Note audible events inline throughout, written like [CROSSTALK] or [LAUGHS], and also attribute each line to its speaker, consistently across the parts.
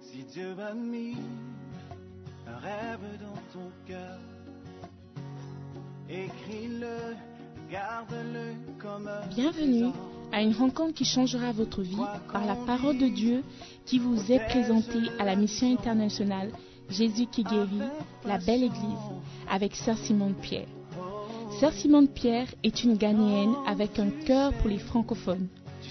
Speaker 1: Si Dieu a mis un rêve dans ton cœur, écris-le, garde-le comme un
Speaker 2: Bienvenue
Speaker 1: trésor.
Speaker 2: à une rencontre qui changera votre vie par la parole de Dieu qui vous est présentée à la mission internationale Jésus qui guérit, la belle église, avec Sœur Simone Pierre.
Speaker 1: Oh,
Speaker 2: Sœur Simone Pierre est une Ghanéenne avec un cœur pour les francophones.
Speaker 1: Tu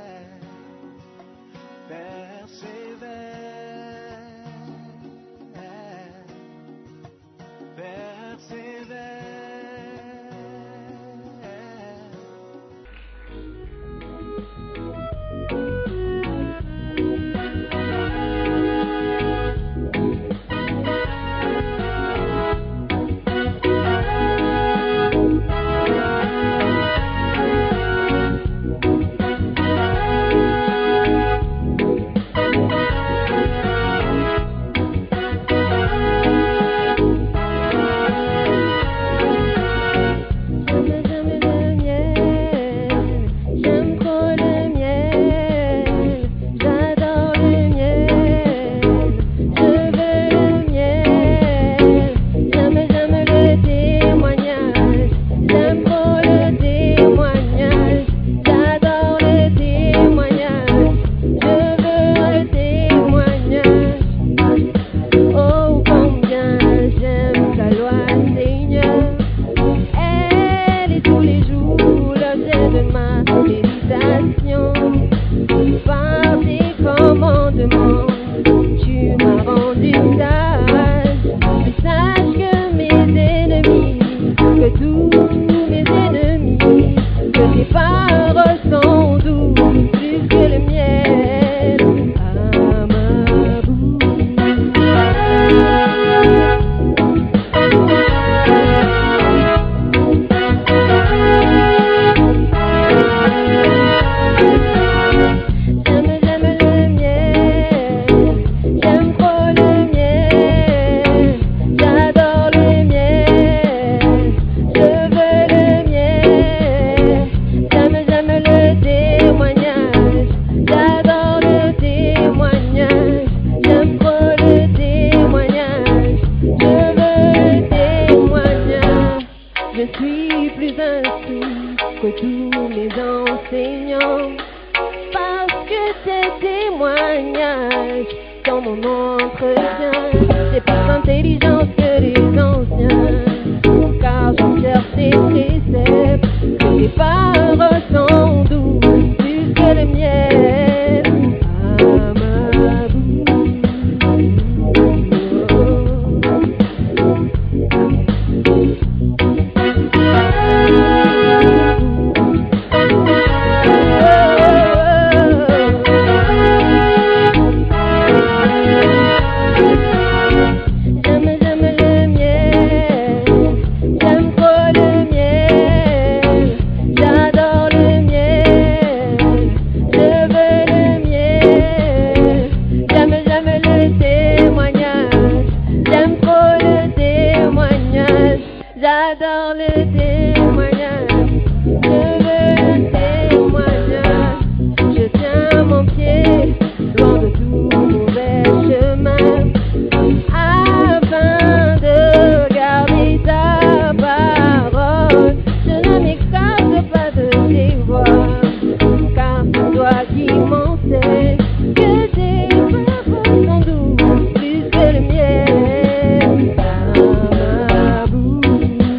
Speaker 1: persévère, persévère, persévère.
Speaker 3: J'aime le miel, j'aime trop le miel, j'adore le miel, je veux le miel, j'aime, j'aime le témoignage, j'aime trop le témoignage, j'adore le témoignage, je veux le témoignage. Oh combien j'aime ta loi Seigneur Elle est tous les jours l'objet de ma méditation Par tes commandements tu m'as rendu sage Mais sache que mes ennemis, que tous mes ennemis Que tes paroles sont douces plus que le miel à ma bouche J'aime, j'aime le miel, j'aime trop le miel, j'adore le miel, je veux le miel, j'aime, j'aime le témoignage, j'adore le témoignage, j'aime trop le témoignage, je veux le témoignage. Je suis plus instruit que tous les enseignants parce que tes témoignages dans mon entretien, c'est plus intelligent que les anciens, car je cherche tes préceptes, que tes paroles sont douces, plus que le miel à ma bouche. J'aime, j'aime le miel, j'aime trop le miel, j'adore le miel, je veux le miel, j'aime, j'aime le témoignage, j'aime trop le témoignage, j'adore le témoignage, je veux le témoignage, je tiens mon pied loin de tout mauvais chemin. Afin de garder ta parole, je ne m'écarte pas de tes voix, car c'est toi qui m'enseigne que tes paroles sont douces plus que le miel à ma bouche.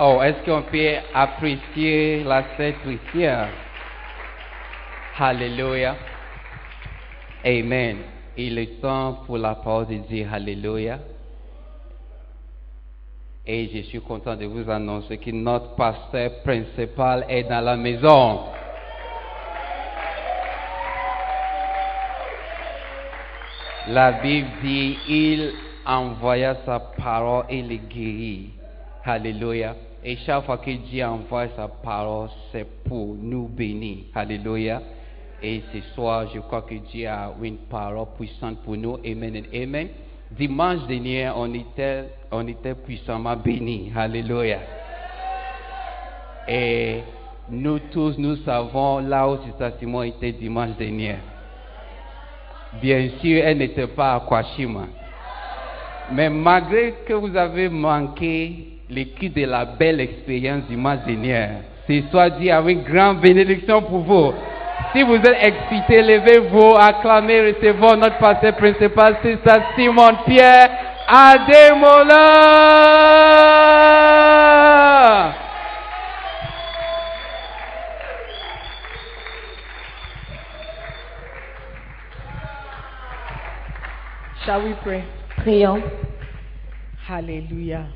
Speaker 4: Oh, est-ce qu'on peut apprécier la Sainte Christière? Alléluia. Amen. Il est temps pour la parole de Dieu. Alléluia. Et je suis content de vous annoncer que notre pasteur principal est dans la maison. La Bible dit, il envoya sa parole et les guérit. Alléluia. Et chaque fois que Dieu envoie sa parole, c'est pour nous bénir. Alléluia. Et ce soir, je crois que Dieu a une parole puissante pour nous. Amen et Amen. Dimanche dernier, on était, on était puissamment bénis. Alléluia. Et nous tous, nous savons là où cet Simon était dimanche dernier. Bien sûr, elle n'était pas à Kwashima. Mais malgré que vous avez manqué l'équipe de la belle expérience du mois dernier, ce soir dit avec grande bénédiction pour vous. Si vous êtes excité, levez-vous, acclamez, recevons notre pasteur principal, c'est ça, Simon Pierre Ademola.
Speaker 5: Shall we pray?
Speaker 3: Prions.
Speaker 5: Hallelujah.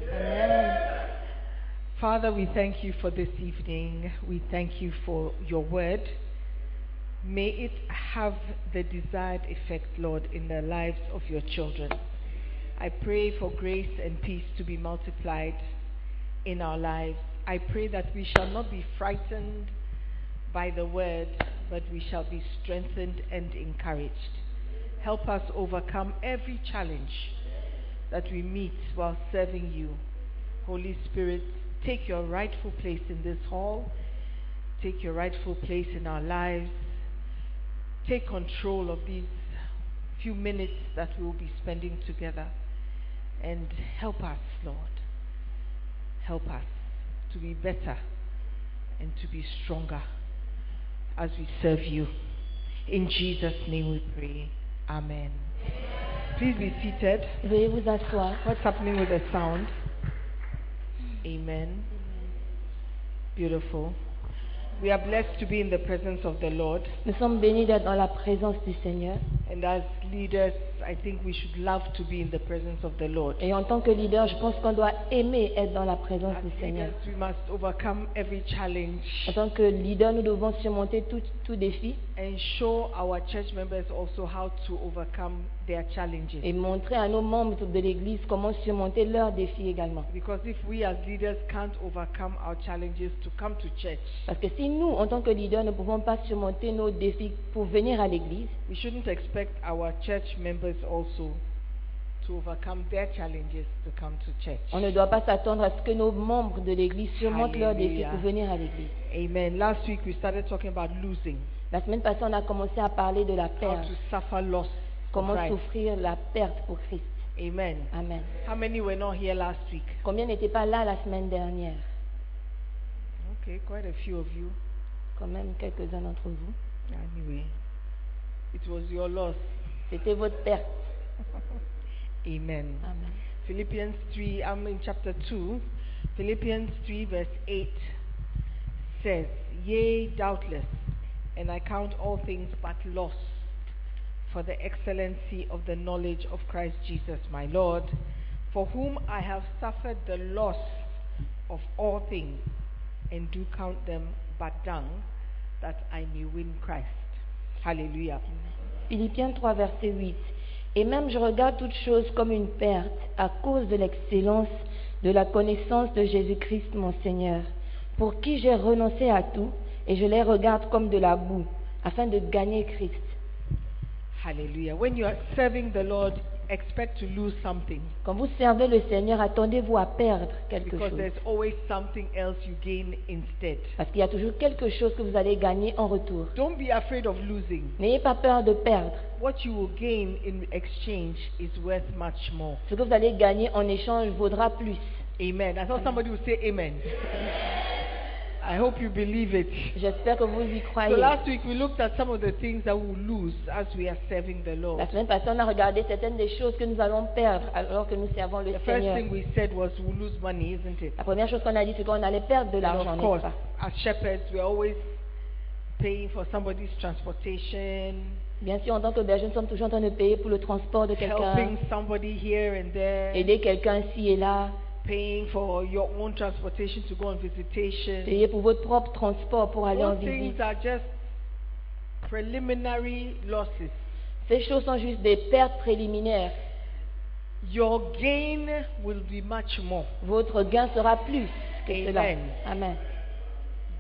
Speaker 5: Father, we thank you for this evening. We thank you for your word. May it have the desired effect, Lord, in the lives of your children. I pray for grace and peace to be multiplied in our lives. I pray that we shall not be frightened by the word, but we shall be strengthened and encouraged. Help us overcome every challenge that we meet while serving you. Holy Spirit, take your rightful place in this hall, take your rightful place in our lives, take control of these few minutes that we will be spending together, and help us, Lord. Help us to be better and to be stronger as we serve you. In Jesus' name we pray. Amen. Please be seated.
Speaker 3: Veuillez vous asseoir.
Speaker 5: What's happening with the sound? Amen. Beautiful. We are blessed to be in the presence of the Lord.
Speaker 3: Nous sommes bénis d'être dans la présence du Seigneur.
Speaker 5: And as leaders, I think we should love to be in the presence of the Lord.
Speaker 3: Et en tant que leader, je pense qu'on doit aimer être dans la présence
Speaker 5: As
Speaker 3: du Seigneur.
Speaker 5: leaders, we must overcome every challenge
Speaker 3: En tant que leader, nous devons surmonter tout, tout défi
Speaker 5: and show our church members also how to overcome their
Speaker 3: et
Speaker 5: challenges.
Speaker 3: montrer à nos membres de l'Église comment surmonter leurs défis également.
Speaker 5: Because if we as leaders can't overcome our challenges to come to church,
Speaker 3: Parce que si nous, en tant que leaders, ne pouvons pas surmonter nos défis pour venir à l'Église,
Speaker 5: we shouldn't expect our church members also to overcome their challenges to come to church.
Speaker 3: on ne doit pas s'attendre à ce que nos membres de l'Église surmontent leurs défis
Speaker 5: Alléluia.
Speaker 3: pour venir à l'Église.
Speaker 5: Amen. Last week we started talking about losing,
Speaker 3: La semaine passée, on a commencé à parler de la
Speaker 5: how
Speaker 3: perte,
Speaker 5: to suffer loss.
Speaker 3: comment
Speaker 5: Right.
Speaker 3: souffrir la perte pour Christ.
Speaker 5: Amen.
Speaker 3: Amen.
Speaker 5: How many were not here last week?
Speaker 3: Combien n'étaient pas là la semaine dernière
Speaker 5: Okay, quite a few of you.
Speaker 3: Quand même quelques-uns d'entre vous.
Speaker 5: Anyway, it was your loss.
Speaker 3: C'était votre perte.
Speaker 5: Amen.
Speaker 3: Amen.
Speaker 5: Philippians 3, I'm in chapter 2. Philippians 3, verse 8 says, Yea, doubtless, and I count all things but loss for the excellency of the knowledge of Christ Jesus my Lord, for whom I have suffered the loss of all things, and do count them but dung, that I may win Christ. Hallelujah.
Speaker 3: Philippiens 3, verset 8. Et même je regarde toutes choses comme une perte à cause de l'excellence de la connaissance de Jésus-Christ mon Seigneur, pour qui j'ai renoncé à tout et je les regarde comme de la boue, afin de gagner Christ.
Speaker 5: Hallelujah. When you are serving the Lord, expect to lose something.
Speaker 3: Quand vous servez le Seigneur, attendez-vous à perdre quelque
Speaker 5: Because
Speaker 3: chose.
Speaker 5: there's always something else you gain instead.
Speaker 3: Parce qu'il y a toujours quelque chose que vous allez gagner en retour.
Speaker 5: Don't be afraid of losing.
Speaker 3: N'ayez pas peur de perdre.
Speaker 5: What you will gain in exchange is worth much more.
Speaker 3: Ce que vous allez gagner en échange vaudra plus.
Speaker 5: Amen. I thought somebody would say amen. I hope you believe it.
Speaker 3: J'espère que vous y
Speaker 5: So
Speaker 3: croyez.
Speaker 5: last week we looked at some of the things that we lose as we are serving the Lord.
Speaker 3: La semaine passée, on a regardé certaines des choses que nous allons perdre alors que nous servons le
Speaker 5: The first
Speaker 3: Seigneur.
Speaker 5: thing we said was we lose money, isn't it?
Speaker 3: La première chose qu'on a dit, c'est qu'on allait perdre de
Speaker 5: And
Speaker 3: l'argent,
Speaker 5: of
Speaker 3: n'est-ce
Speaker 5: course,
Speaker 3: pas?
Speaker 5: as shepherds, we're always paying for somebody's transportation,
Speaker 3: Bien sûr, en tant que berger, nous sommes toujours en train de payer pour le transport de quelqu'un,
Speaker 5: helping somebody here and there,
Speaker 3: aider quelqu'un ci et là,
Speaker 5: paying for your own transportation to go on visitation.
Speaker 3: payer pour votre propre transport pour aller en
Speaker 5: All things
Speaker 3: visite.
Speaker 5: are just preliminary losses.
Speaker 3: Ces choses sont juste des pertes préliminaires.
Speaker 5: Your gain will be much more.
Speaker 3: Votre gain sera plus que cela.
Speaker 5: Amen.
Speaker 3: Amen.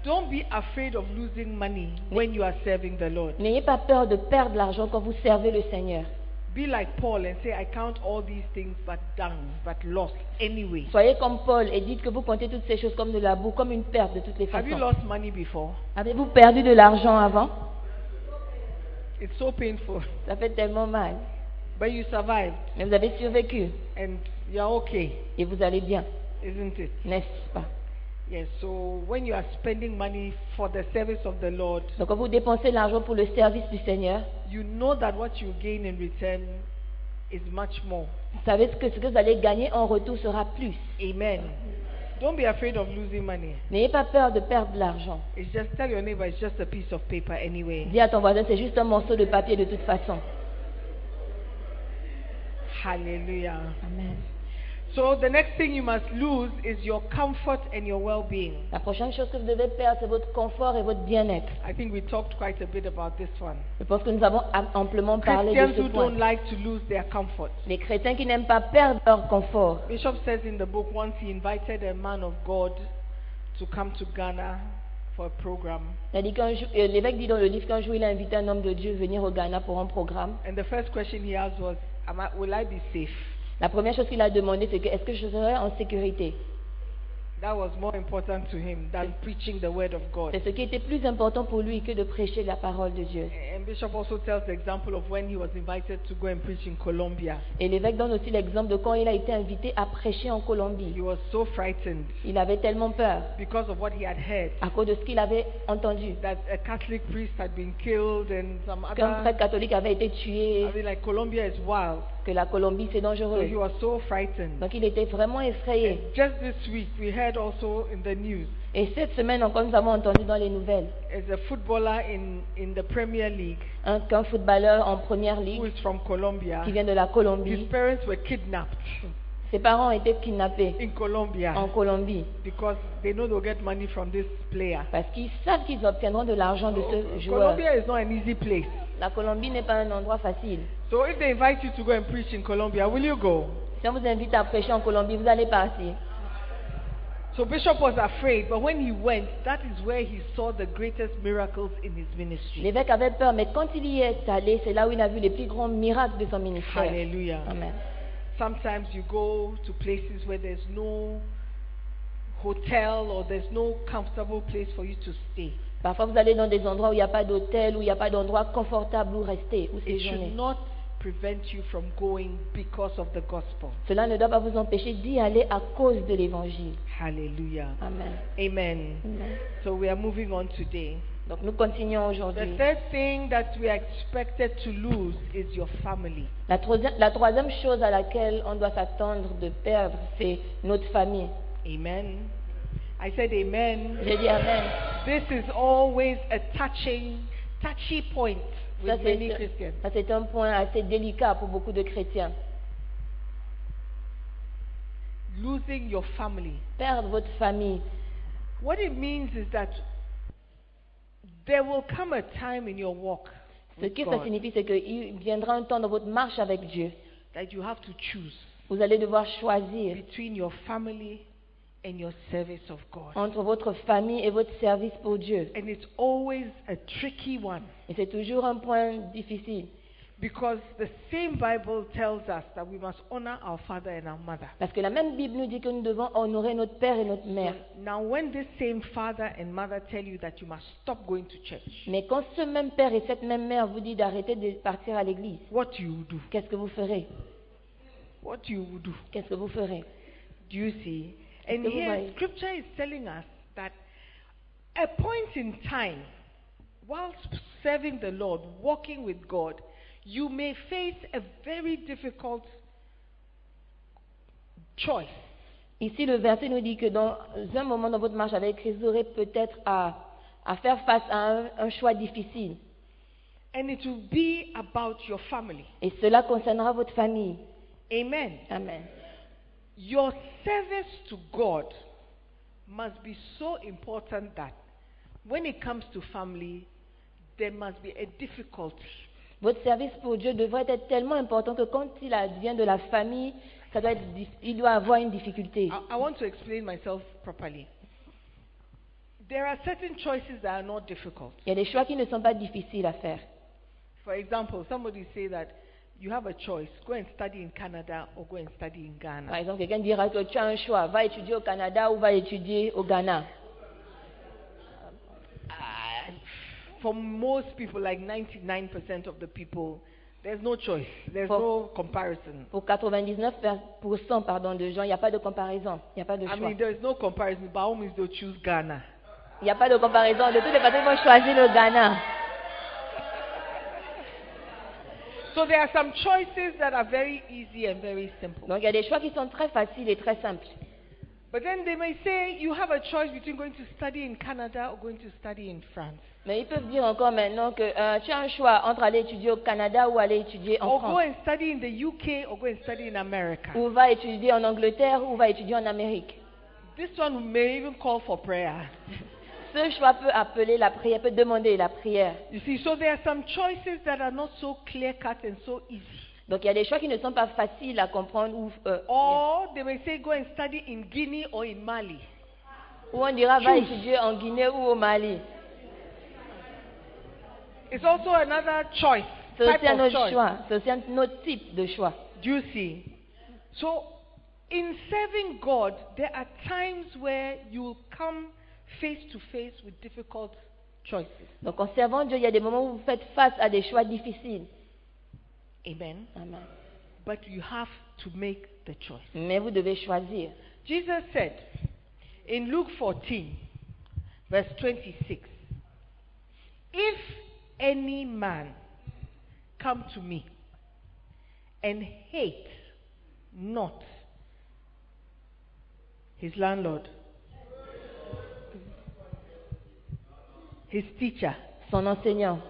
Speaker 5: Don't be afraid of losing money when you are serving the Lord.
Speaker 3: N'ayez pas peur de perdre l'argent quand vous servez le Seigneur.
Speaker 5: Be like Paul and say, I count all these things but dung, but lost anyway.
Speaker 3: Soyez comme Paul et dites que vous comptez toutes ces choses comme de la boue, comme une perte de toutes les
Speaker 5: Have you
Speaker 3: façons.
Speaker 5: lost money before?
Speaker 3: Avez-vous perdu de l'argent avant
Speaker 5: It's so painful.
Speaker 3: Ça fait tellement mal.
Speaker 5: But you survived
Speaker 3: Mais vous avez survécu
Speaker 5: and you're okay,
Speaker 3: et vous allez bien,
Speaker 5: isn't it?
Speaker 3: n'est-ce pas
Speaker 5: Yes, so when you are spending money for the service of the Lord,
Speaker 3: Donc quand vous dépensez l'argent pour le service du Seigneur,
Speaker 5: you know that what you gain in return is much more.
Speaker 3: vous savez ce que, ce que vous allez gagner en retour sera plus.
Speaker 5: Amen. Don't be afraid of losing money.
Speaker 3: N'ayez pas peur de perdre de l'argent.
Speaker 5: It's just tell your neighbor it's just a piece of paper anyway.
Speaker 3: Dis à ton voisin, c'est juste un morceau de papier de toute façon.
Speaker 5: Hallelujah.
Speaker 3: Amen.
Speaker 5: So the next thing you must lose is your comfort and your well-being.
Speaker 3: La prochaine chose que vous devez perdre, c'est votre confort et votre bien-être.
Speaker 5: I think we talked quite a bit about this one.
Speaker 3: Je pense que nous avons am- amplement parlé de
Speaker 5: Christians
Speaker 3: ce
Speaker 5: who
Speaker 3: point.
Speaker 5: don't like to lose their comfort.
Speaker 3: Les chrétiens qui n'aiment pas perdre leur confort.
Speaker 5: Bishop says in the book once he invited a man of God to come to Ghana for a program.
Speaker 3: Il a dit qu'un jour- euh, L'évêque dit dans le livre qu'un jour il a invité un homme de Dieu venir au Ghana pour un programme.
Speaker 5: And the first question he asked was, Am I, Will I be safe?
Speaker 3: La première chose qu'il a demandé, c'est que est-ce que je serai en sécurité
Speaker 5: That was more important to him than preaching the word of God.
Speaker 3: C'est ce qui était plus important pour lui que de prêcher la parole de Dieu.
Speaker 5: And Bishop also tells the example of when he was invited to go and preach in Colombia.
Speaker 3: Et l'évêque donne aussi l'exemple de quand il a été invité à prêcher en
Speaker 5: He
Speaker 3: Colombie.
Speaker 5: was so frightened
Speaker 3: Il avait tellement peur
Speaker 5: because of what he had heard.
Speaker 3: à cause de ce qu'il avait entendu.
Speaker 5: that a Catholic priest had been killed and some
Speaker 3: Qu'un
Speaker 5: other.
Speaker 3: prêtre catholique avait été tué,
Speaker 5: I mean, like Colombia is wild,
Speaker 3: que la Colombie c'est
Speaker 5: so
Speaker 3: dangereux.
Speaker 5: he was so frightened.
Speaker 3: Donc il était vraiment effrayé.
Speaker 5: And just this week, we heard also in the news,
Speaker 3: Et cette semaine encore, nous avons entendu dans les nouvelles
Speaker 5: as a footballer in in the Premier League
Speaker 3: hein, qu'un footballeur en première
Speaker 5: who
Speaker 3: ligue
Speaker 5: is from Colombia,
Speaker 3: qui vient de la
Speaker 5: his
Speaker 3: Colombie,
Speaker 5: parents were kidnapped
Speaker 3: ses parents ont été kidnappés
Speaker 5: in Colombia
Speaker 3: en Colombie
Speaker 5: because they know they'll get money from this player.
Speaker 3: parce qu'ils savent qu'ils obtiendront de l'argent de
Speaker 5: Oh,
Speaker 3: ce joueur.
Speaker 5: Colombia is not an easy place.
Speaker 3: La Colombie n'est pas un endroit facile.
Speaker 5: So if they invite you to go and preach in Colombia, will you go?
Speaker 3: Si on vous invite à prêcher en Colombie, vous allez partir.
Speaker 5: So Bishop was afraid, but when he went, that is where he saw the greatest miracles in his ministry.
Speaker 3: L'évêque avait peur, mais quand il y est allé, c'est là où il a vu les plus grands miracles de son ministère.
Speaker 5: Hallelujah.
Speaker 3: Amen.
Speaker 5: Sometimes you go to places where there's no hotel or there's no comfortable place for you to stay.
Speaker 3: Parfois, vous allez dans des endroits où il n'y a pas d'hôtel, où il n'y a pas d'endroit confortable où rester, où
Speaker 5: It should
Speaker 3: séjourner.
Speaker 5: not prevent you from going because of the gospel.
Speaker 3: Cela ne doit pas vous empêcher d'y aller à cause de l'évangile.
Speaker 5: Hallelujah.
Speaker 3: Amen.
Speaker 5: Amen.
Speaker 3: Amen.
Speaker 5: So we are moving on today.
Speaker 3: Donc, nous continuons
Speaker 5: The
Speaker 3: aujourd'hui.
Speaker 5: third thing that we are expected to lose is your family.
Speaker 3: La, troisi- la troisième chose à laquelle on doit s'attendre de perdre, c'est notre famille.
Speaker 5: Amen. I said amen.
Speaker 3: J'ai dit Amen.
Speaker 5: This is always a touching, touchy point
Speaker 3: Ça,
Speaker 5: with many
Speaker 3: c'est-
Speaker 5: Christians.
Speaker 3: ça, c'est un point assez délicat pour beaucoup de chrétiens.
Speaker 5: Losing your family.
Speaker 3: Perdre votre famille.
Speaker 5: What it means is that there will come a time in your walk
Speaker 3: Ce
Speaker 5: with
Speaker 3: que ça
Speaker 5: God
Speaker 3: signifie, c'est qu'il viendra un temps dans votre marche avec Dieu.
Speaker 5: that you have to choose
Speaker 3: Vous allez devoir choisir
Speaker 5: between your family and your service of God.
Speaker 3: entre votre famille et votre service pour Dieu.
Speaker 5: And it's always a tricky one
Speaker 3: Et c'est toujours un point difficile.
Speaker 5: because the same Bible tells us that we must honor our father and our mother.
Speaker 3: Parce que la même Bible nous dit que nous devons honorer notre père et notre mère.
Speaker 5: Now, when this same father and mother tell you that you must stop going to church,
Speaker 3: Mais quand ce même père et cette même mère vous dit d'arrêter de partir à l'église,
Speaker 5: what do you do?
Speaker 3: qu'est-ce que vous ferez
Speaker 5: What do you do?
Speaker 3: Qu'est-ce que vous ferez
Speaker 5: Do you see? And
Speaker 3: Don't
Speaker 5: here,
Speaker 3: worry.
Speaker 5: scripture is telling us that a point in time, whilst serving the Lord, walking with God, you may face a very difficult choice.
Speaker 3: Ici, le verset nous dit que dans un moment dans votre marche avec Christ, vous aurez peut-être à, à faire face à un, un choix difficile.
Speaker 5: And it will be about your family.
Speaker 3: Et cela concernera votre famille.
Speaker 5: Amen.
Speaker 3: Amen.
Speaker 5: Your service to God must be so important that when it comes to family, there must be a difficulty.
Speaker 3: Votre service pour Dieu devrait être tellement important que quand il advient de la famille, ça doit être dif- il doit avoir une difficulté.
Speaker 5: I, I want to explain myself properly. There are certain choices that are not difficult.
Speaker 3: Il y a des choix qui ne sont pas difficiles à faire.
Speaker 5: For example, somebody say that you have a choice: go and study in Canada or go and study in Ghana.
Speaker 3: Par exemple, quelqu'un dira que tu as un choix, va étudier au Canada ou va étudier au Ghana.
Speaker 5: Ah, for most people, like 99% of the people, there's no choice. There's
Speaker 3: For-
Speaker 5: no comparison.
Speaker 3: Pour 99% pardon, de gens, il n'y a pas de comparaison. Il n'y a pas de
Speaker 5: I
Speaker 3: choix.
Speaker 5: mean, there is no comparison. By all means, they'll choose Ghana.
Speaker 3: Il n'y a pas de comparaison. De toutes les façons, ils vont choisir le Ghana.
Speaker 5: So there are some choices that are very easy and very simple.
Speaker 3: Donc, il y a des choix qui sont très faciles et très simples.
Speaker 5: But then they may say you have a choice between going to study in Canada or going to study in France,
Speaker 3: Mais ils peuvent dire encore maintenant que euh, tu as un choix entre aller étudier au Canada ou aller étudier en
Speaker 5: or go
Speaker 3: France.
Speaker 5: and study in the UK or go and study in America.
Speaker 3: Ou va étudier en Angleterre ou va étudier en Amérique.
Speaker 5: This one may even call for prayer.
Speaker 3: Ce choix peut appeler la prière, peut demander la prière.
Speaker 5: You see, so there are some choices that are not so clear cut and so easy.
Speaker 3: Donc il y a des choix qui ne sont pas faciles à comprendre ou, euh,
Speaker 5: Or they may say go and study in Guinea or in Mali.
Speaker 3: ou on dira va
Speaker 5: Choose.
Speaker 3: étudier en Guinée ou au Mali.
Speaker 5: It's also another choice,
Speaker 3: C'est
Speaker 5: type
Speaker 3: aussi un
Speaker 5: of
Speaker 3: autre
Speaker 5: choice.
Speaker 3: choix, c'est aussi un autre type de choix.
Speaker 5: Do you see? So, in serving God, there are times where you will come face to face with difficult choices.
Speaker 3: Donc en servant Dieu, il y a des moments où vous faites face à des choix difficiles.
Speaker 5: Amen.
Speaker 3: Amen.
Speaker 5: But you have to make the choice.
Speaker 3: Mais vous devez choisir.
Speaker 5: Jesus said in Luke 14, verse 26, If any man come to me and hate not his landlord, his teacher,
Speaker 3: Son enseignant,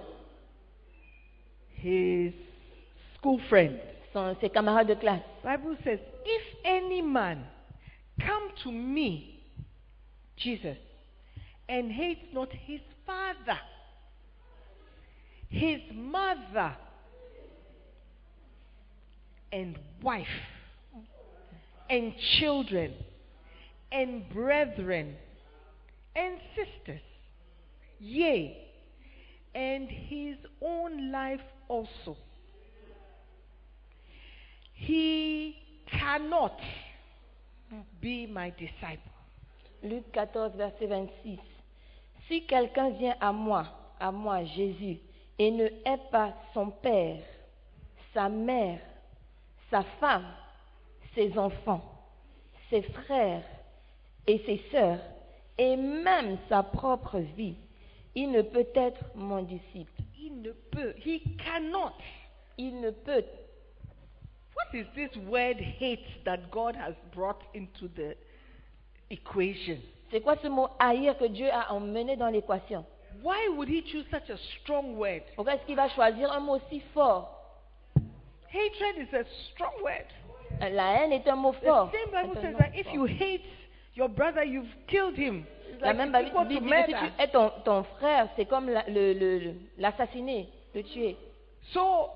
Speaker 5: his school friend,
Speaker 3: son- ses camarades de classe.
Speaker 5: Bible says, if any man come to me, Jesus, and hates not his father, his mother, and wife, and children, and brethren, and sisters, yea, and his own life also, he cannot be my disciple.
Speaker 3: Luc 14, verset 26. Si quelqu'un vient à moi, à moi, Jésus, et ne hait pas son père, sa mère, sa femme, ses enfants, ses frères et ses sœurs, et même sa propre vie, il ne peut être mon disciple.
Speaker 5: Il ne peut, he cannot.
Speaker 3: Il ne peut.
Speaker 5: What is this word hate that God has brought into the equation?
Speaker 3: C'est quoi ce mot haïr que Dieu a emmené dans l'équation
Speaker 5: Why would he choose such a strong word?
Speaker 3: Pourquoi est-ce qu'il va choisir un mot si fort
Speaker 5: Hatred is a strong word.
Speaker 3: La haine est un mot
Speaker 5: The
Speaker 3: fort.
Speaker 5: same Bible
Speaker 3: C'est un
Speaker 5: says
Speaker 3: nom
Speaker 5: that if
Speaker 3: fort.
Speaker 5: you hate your brother, you've killed him. It's
Speaker 3: La
Speaker 5: like
Speaker 3: même
Speaker 5: it's
Speaker 3: Bible
Speaker 5: equal
Speaker 3: dit
Speaker 5: to
Speaker 3: dit que si
Speaker 5: murder.
Speaker 3: tu es ton, ton frère, c'est comme la- le- le- le- l'assassiner, le, tuer.
Speaker 5: So,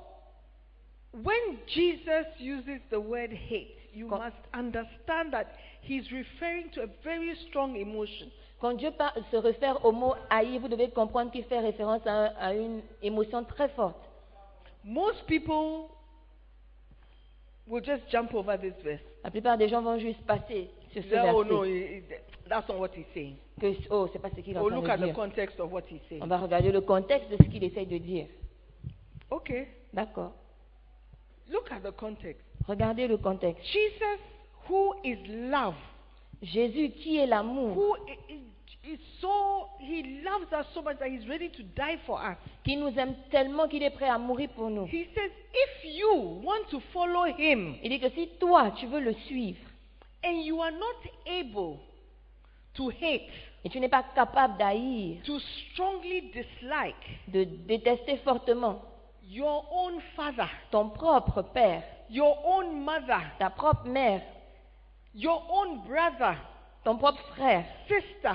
Speaker 5: when Jesus uses the word hate, you
Speaker 3: Con-
Speaker 5: must understand that he's referring to a very strong emotion.
Speaker 3: Quand Dieu par- se réfère au mot haïr, vous devez comprendre qu'il fait référence à, un- à une émotion très forte.
Speaker 5: Most people will just jump over this verse.
Speaker 3: La plupart des gens vont juste passer sur ce
Speaker 5: Say, oh no,
Speaker 3: verset.
Speaker 5: it- it- that's not what he's saying.
Speaker 3: Que, oh, c'est pas ce qu'il est en
Speaker 5: Or look
Speaker 3: train
Speaker 5: at
Speaker 3: de
Speaker 5: the
Speaker 3: dire.
Speaker 5: context of what he's
Speaker 3: On
Speaker 5: saying.
Speaker 3: va regarder le contexte de ce qu'il essaye de dire.
Speaker 5: Okay,
Speaker 3: D'accord.
Speaker 5: look at the context.
Speaker 3: Regardez le contexte.
Speaker 5: Jesus, who is love,
Speaker 3: Jésus, qui est l'amour
Speaker 5: who i- i- is so, he loves us so much that he's ready to die for us.
Speaker 3: qui nous aime tellement qu'il est prêt à mourir pour nous.
Speaker 5: He says, if you want to follow him
Speaker 3: Il dit que si toi, tu veux le suivre
Speaker 5: and you are not able to hate,
Speaker 3: et tu n'es pas capable d'haïr,
Speaker 5: to strongly dislike
Speaker 3: de détester fortement
Speaker 5: your own father,
Speaker 3: ton propre père,
Speaker 5: your own mother,
Speaker 3: ta propre mère,
Speaker 5: your own brother,
Speaker 3: ton propre frère,
Speaker 5: sister,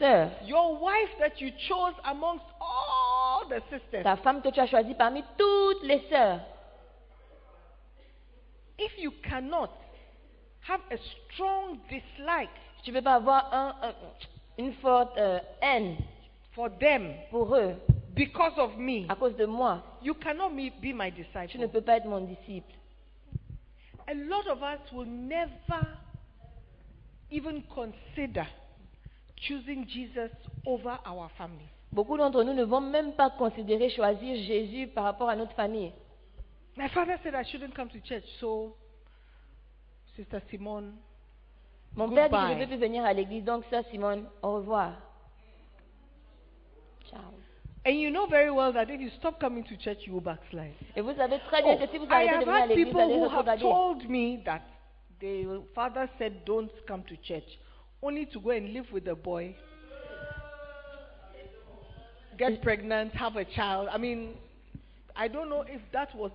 Speaker 3: sœur,
Speaker 5: your wife that you chose amongst all the sisters,
Speaker 3: ta femme que tu as choisie parmi toutes les sœurs,
Speaker 5: if you cannot have a strong dislike
Speaker 3: tu ne peux pas avoir un- un- une forte euh, haine
Speaker 5: for them
Speaker 3: pour eux
Speaker 5: because of me,
Speaker 3: à cause de moi.
Speaker 5: you cannot me- be my
Speaker 3: Tu ne
Speaker 5: disciple.
Speaker 3: peux pas être mon disciple.
Speaker 5: A lot of us will never even consider choosing Jesus over our family.
Speaker 3: Beaucoup d'entre nous ne vont même pas considérer choisir Jésus par rapport à notre famille.
Speaker 5: My father said I shouldn't come to church, so Sister Simone,
Speaker 3: Mon père dit que je ne
Speaker 5: Goodbye.
Speaker 3: veux plus venir à l'église, donc ça, Simone, au revoir. Ciao.
Speaker 5: and you know very well that if you stop coming to church, you will backslide.
Speaker 3: Et vous savez très bien
Speaker 5: Oh,
Speaker 3: que si vous
Speaker 5: I
Speaker 3: arrêtez de
Speaker 5: have
Speaker 3: venir à
Speaker 5: had
Speaker 3: l'église, vous allez
Speaker 5: people who have
Speaker 3: reprograder.
Speaker 5: told me that the father said, "Don't come to church," only to go and live with the boy, get pregnant, have a child. I mean, I don't know if that was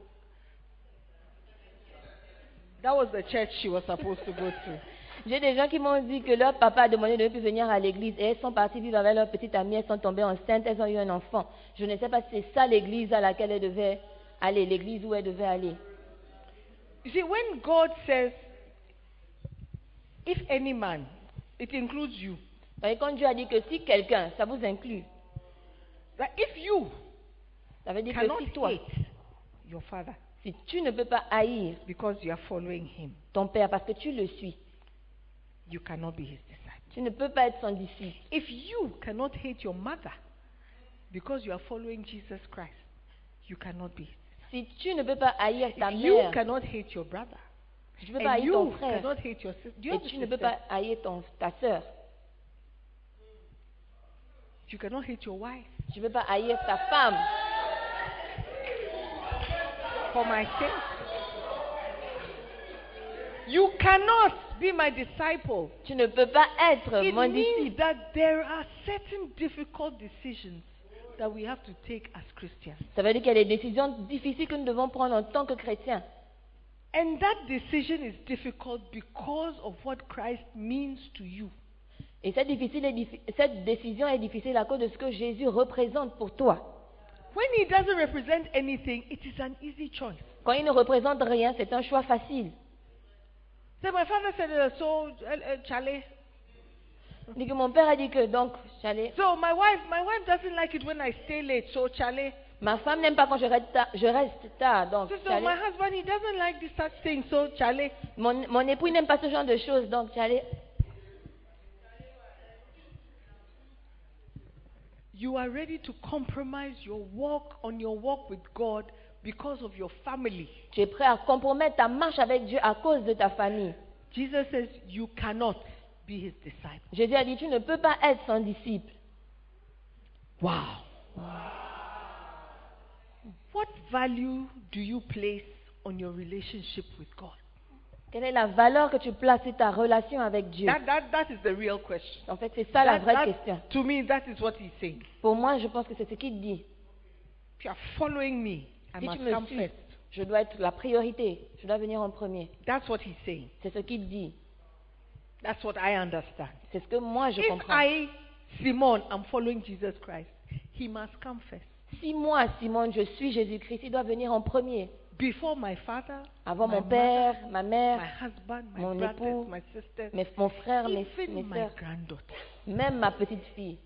Speaker 5: that was the church she was supposed to go to.
Speaker 3: J'ai des gens qui m'ont dit que leur papa a demandé de ne plus venir à l'église et elles sont parties vivre avec leur petite amie, elles sont tombées enceintes, elles ont eu un enfant. Je ne sais pas si c'est ça l'église à laquelle elles devaient aller, l'église où elles devaient aller.
Speaker 5: You see, when God says, "If any man," it includes you.
Speaker 3: Voyez, quand Dieu a dit que si quelqu'un, ça vous inclut,
Speaker 5: That if you
Speaker 3: ça veut dire
Speaker 5: cannot
Speaker 3: que si toi,
Speaker 5: hate your father
Speaker 3: si tu ne peux pas haïr
Speaker 5: because you are following him,
Speaker 3: ton père parce que tu le suis,
Speaker 5: you cannot be his disciple.
Speaker 3: tu ne peux pas être son disciple.
Speaker 5: If you cannot hate your mother because you are following Jesus Christ, you cannot be.
Speaker 3: Si tu ne peux pas haïr ta
Speaker 5: If you
Speaker 3: mère,
Speaker 5: cannot hate your brother,
Speaker 3: tu ne peux pas
Speaker 5: and
Speaker 3: haïr ton
Speaker 5: you
Speaker 3: frère
Speaker 5: cannot hate your sister, do you,
Speaker 3: et
Speaker 5: have
Speaker 3: tu
Speaker 5: a
Speaker 3: ne peux
Speaker 5: sister?
Speaker 3: pas haïr ton, ta sœur,
Speaker 5: you cannot hate your wife.
Speaker 3: tu ne peux pas haïr ta femme.
Speaker 5: For my sake, you cannot be my disciple.
Speaker 3: Tu ne peux pas être
Speaker 5: It
Speaker 3: mon
Speaker 5: means
Speaker 3: disciple.
Speaker 5: that there are certain difficult decisions that we have to take as Christians.
Speaker 3: Ça veut dire qu'il y a des décisions difficiles que nous devons prendre en tant que chrétiens.
Speaker 5: And that decision is difficult because of what Christ means to you.
Speaker 3: Et cette, difficile est diffi- cette décision est difficile à cause de ce que Jésus représente pour toi.
Speaker 5: When he doesn't represent anything, it is an easy choice.
Speaker 3: Quand il ne représente rien, c'est un choix facile.
Speaker 5: So my father said, uh, so uh, uh, Charlie.
Speaker 3: Il dit que mon père a dit que donc, j'allais.
Speaker 5: So my wife, my wife doesn't like it when I stay late. So Charlie.
Speaker 3: Ma femme n'aime pas quand je reste tard. Je reste tard donc,
Speaker 5: So, so
Speaker 3: j'allais.
Speaker 5: my husband, he doesn't like this such thing. So Charlie.
Speaker 3: Mon, mon époux il n'aime pas ce genre de choses, donc j'allais.
Speaker 5: You are ready to compromise your walk on your walk with God because of your family.
Speaker 3: Tu es prêt à compromettre ta marche avec Dieu à cause de ta famille.
Speaker 5: Jesus says you cannot be his disciple.
Speaker 3: Jésus a dit, tu ne peux pas être son disciple.
Speaker 5: Wow. What value do you place on your relationship with God?
Speaker 3: Quelle est la valeur que tu places sur ta relation avec Dieu
Speaker 5: That, that, that is the real question.
Speaker 3: En fait, c'est ça la
Speaker 5: That-
Speaker 3: vraie
Speaker 5: that-
Speaker 3: question.
Speaker 5: To me, that is what he's saying.
Speaker 3: Pour moi, je pense que c'est ce qu'il dit.
Speaker 5: If you are following me,
Speaker 3: Si
Speaker 5: I
Speaker 3: tu
Speaker 5: must
Speaker 3: me
Speaker 5: come
Speaker 3: suis,
Speaker 5: first.
Speaker 3: je dois être la priorité. Je dois venir en premier.
Speaker 5: That's what he's saying.
Speaker 3: C'est ce qu'il dit.
Speaker 5: That's what I understand.
Speaker 3: C'est ce que moi, je
Speaker 5: if
Speaker 3: comprends.
Speaker 5: I, Simon, am following Jesus Christ, he must come first.
Speaker 3: Si moi, Simone, je suis Jésus-Christ, il doit venir en premier.
Speaker 5: Before my father,
Speaker 3: Avant
Speaker 5: my
Speaker 3: mon père, ma
Speaker 5: mother, my
Speaker 3: mère,
Speaker 5: husband, my
Speaker 3: mon
Speaker 5: brothers,
Speaker 3: époux,
Speaker 5: my sisters,
Speaker 3: mes- mon frère, mes,
Speaker 5: even
Speaker 3: mes
Speaker 5: my
Speaker 3: soeurs,
Speaker 5: granddaughter.
Speaker 3: même ma petite fille.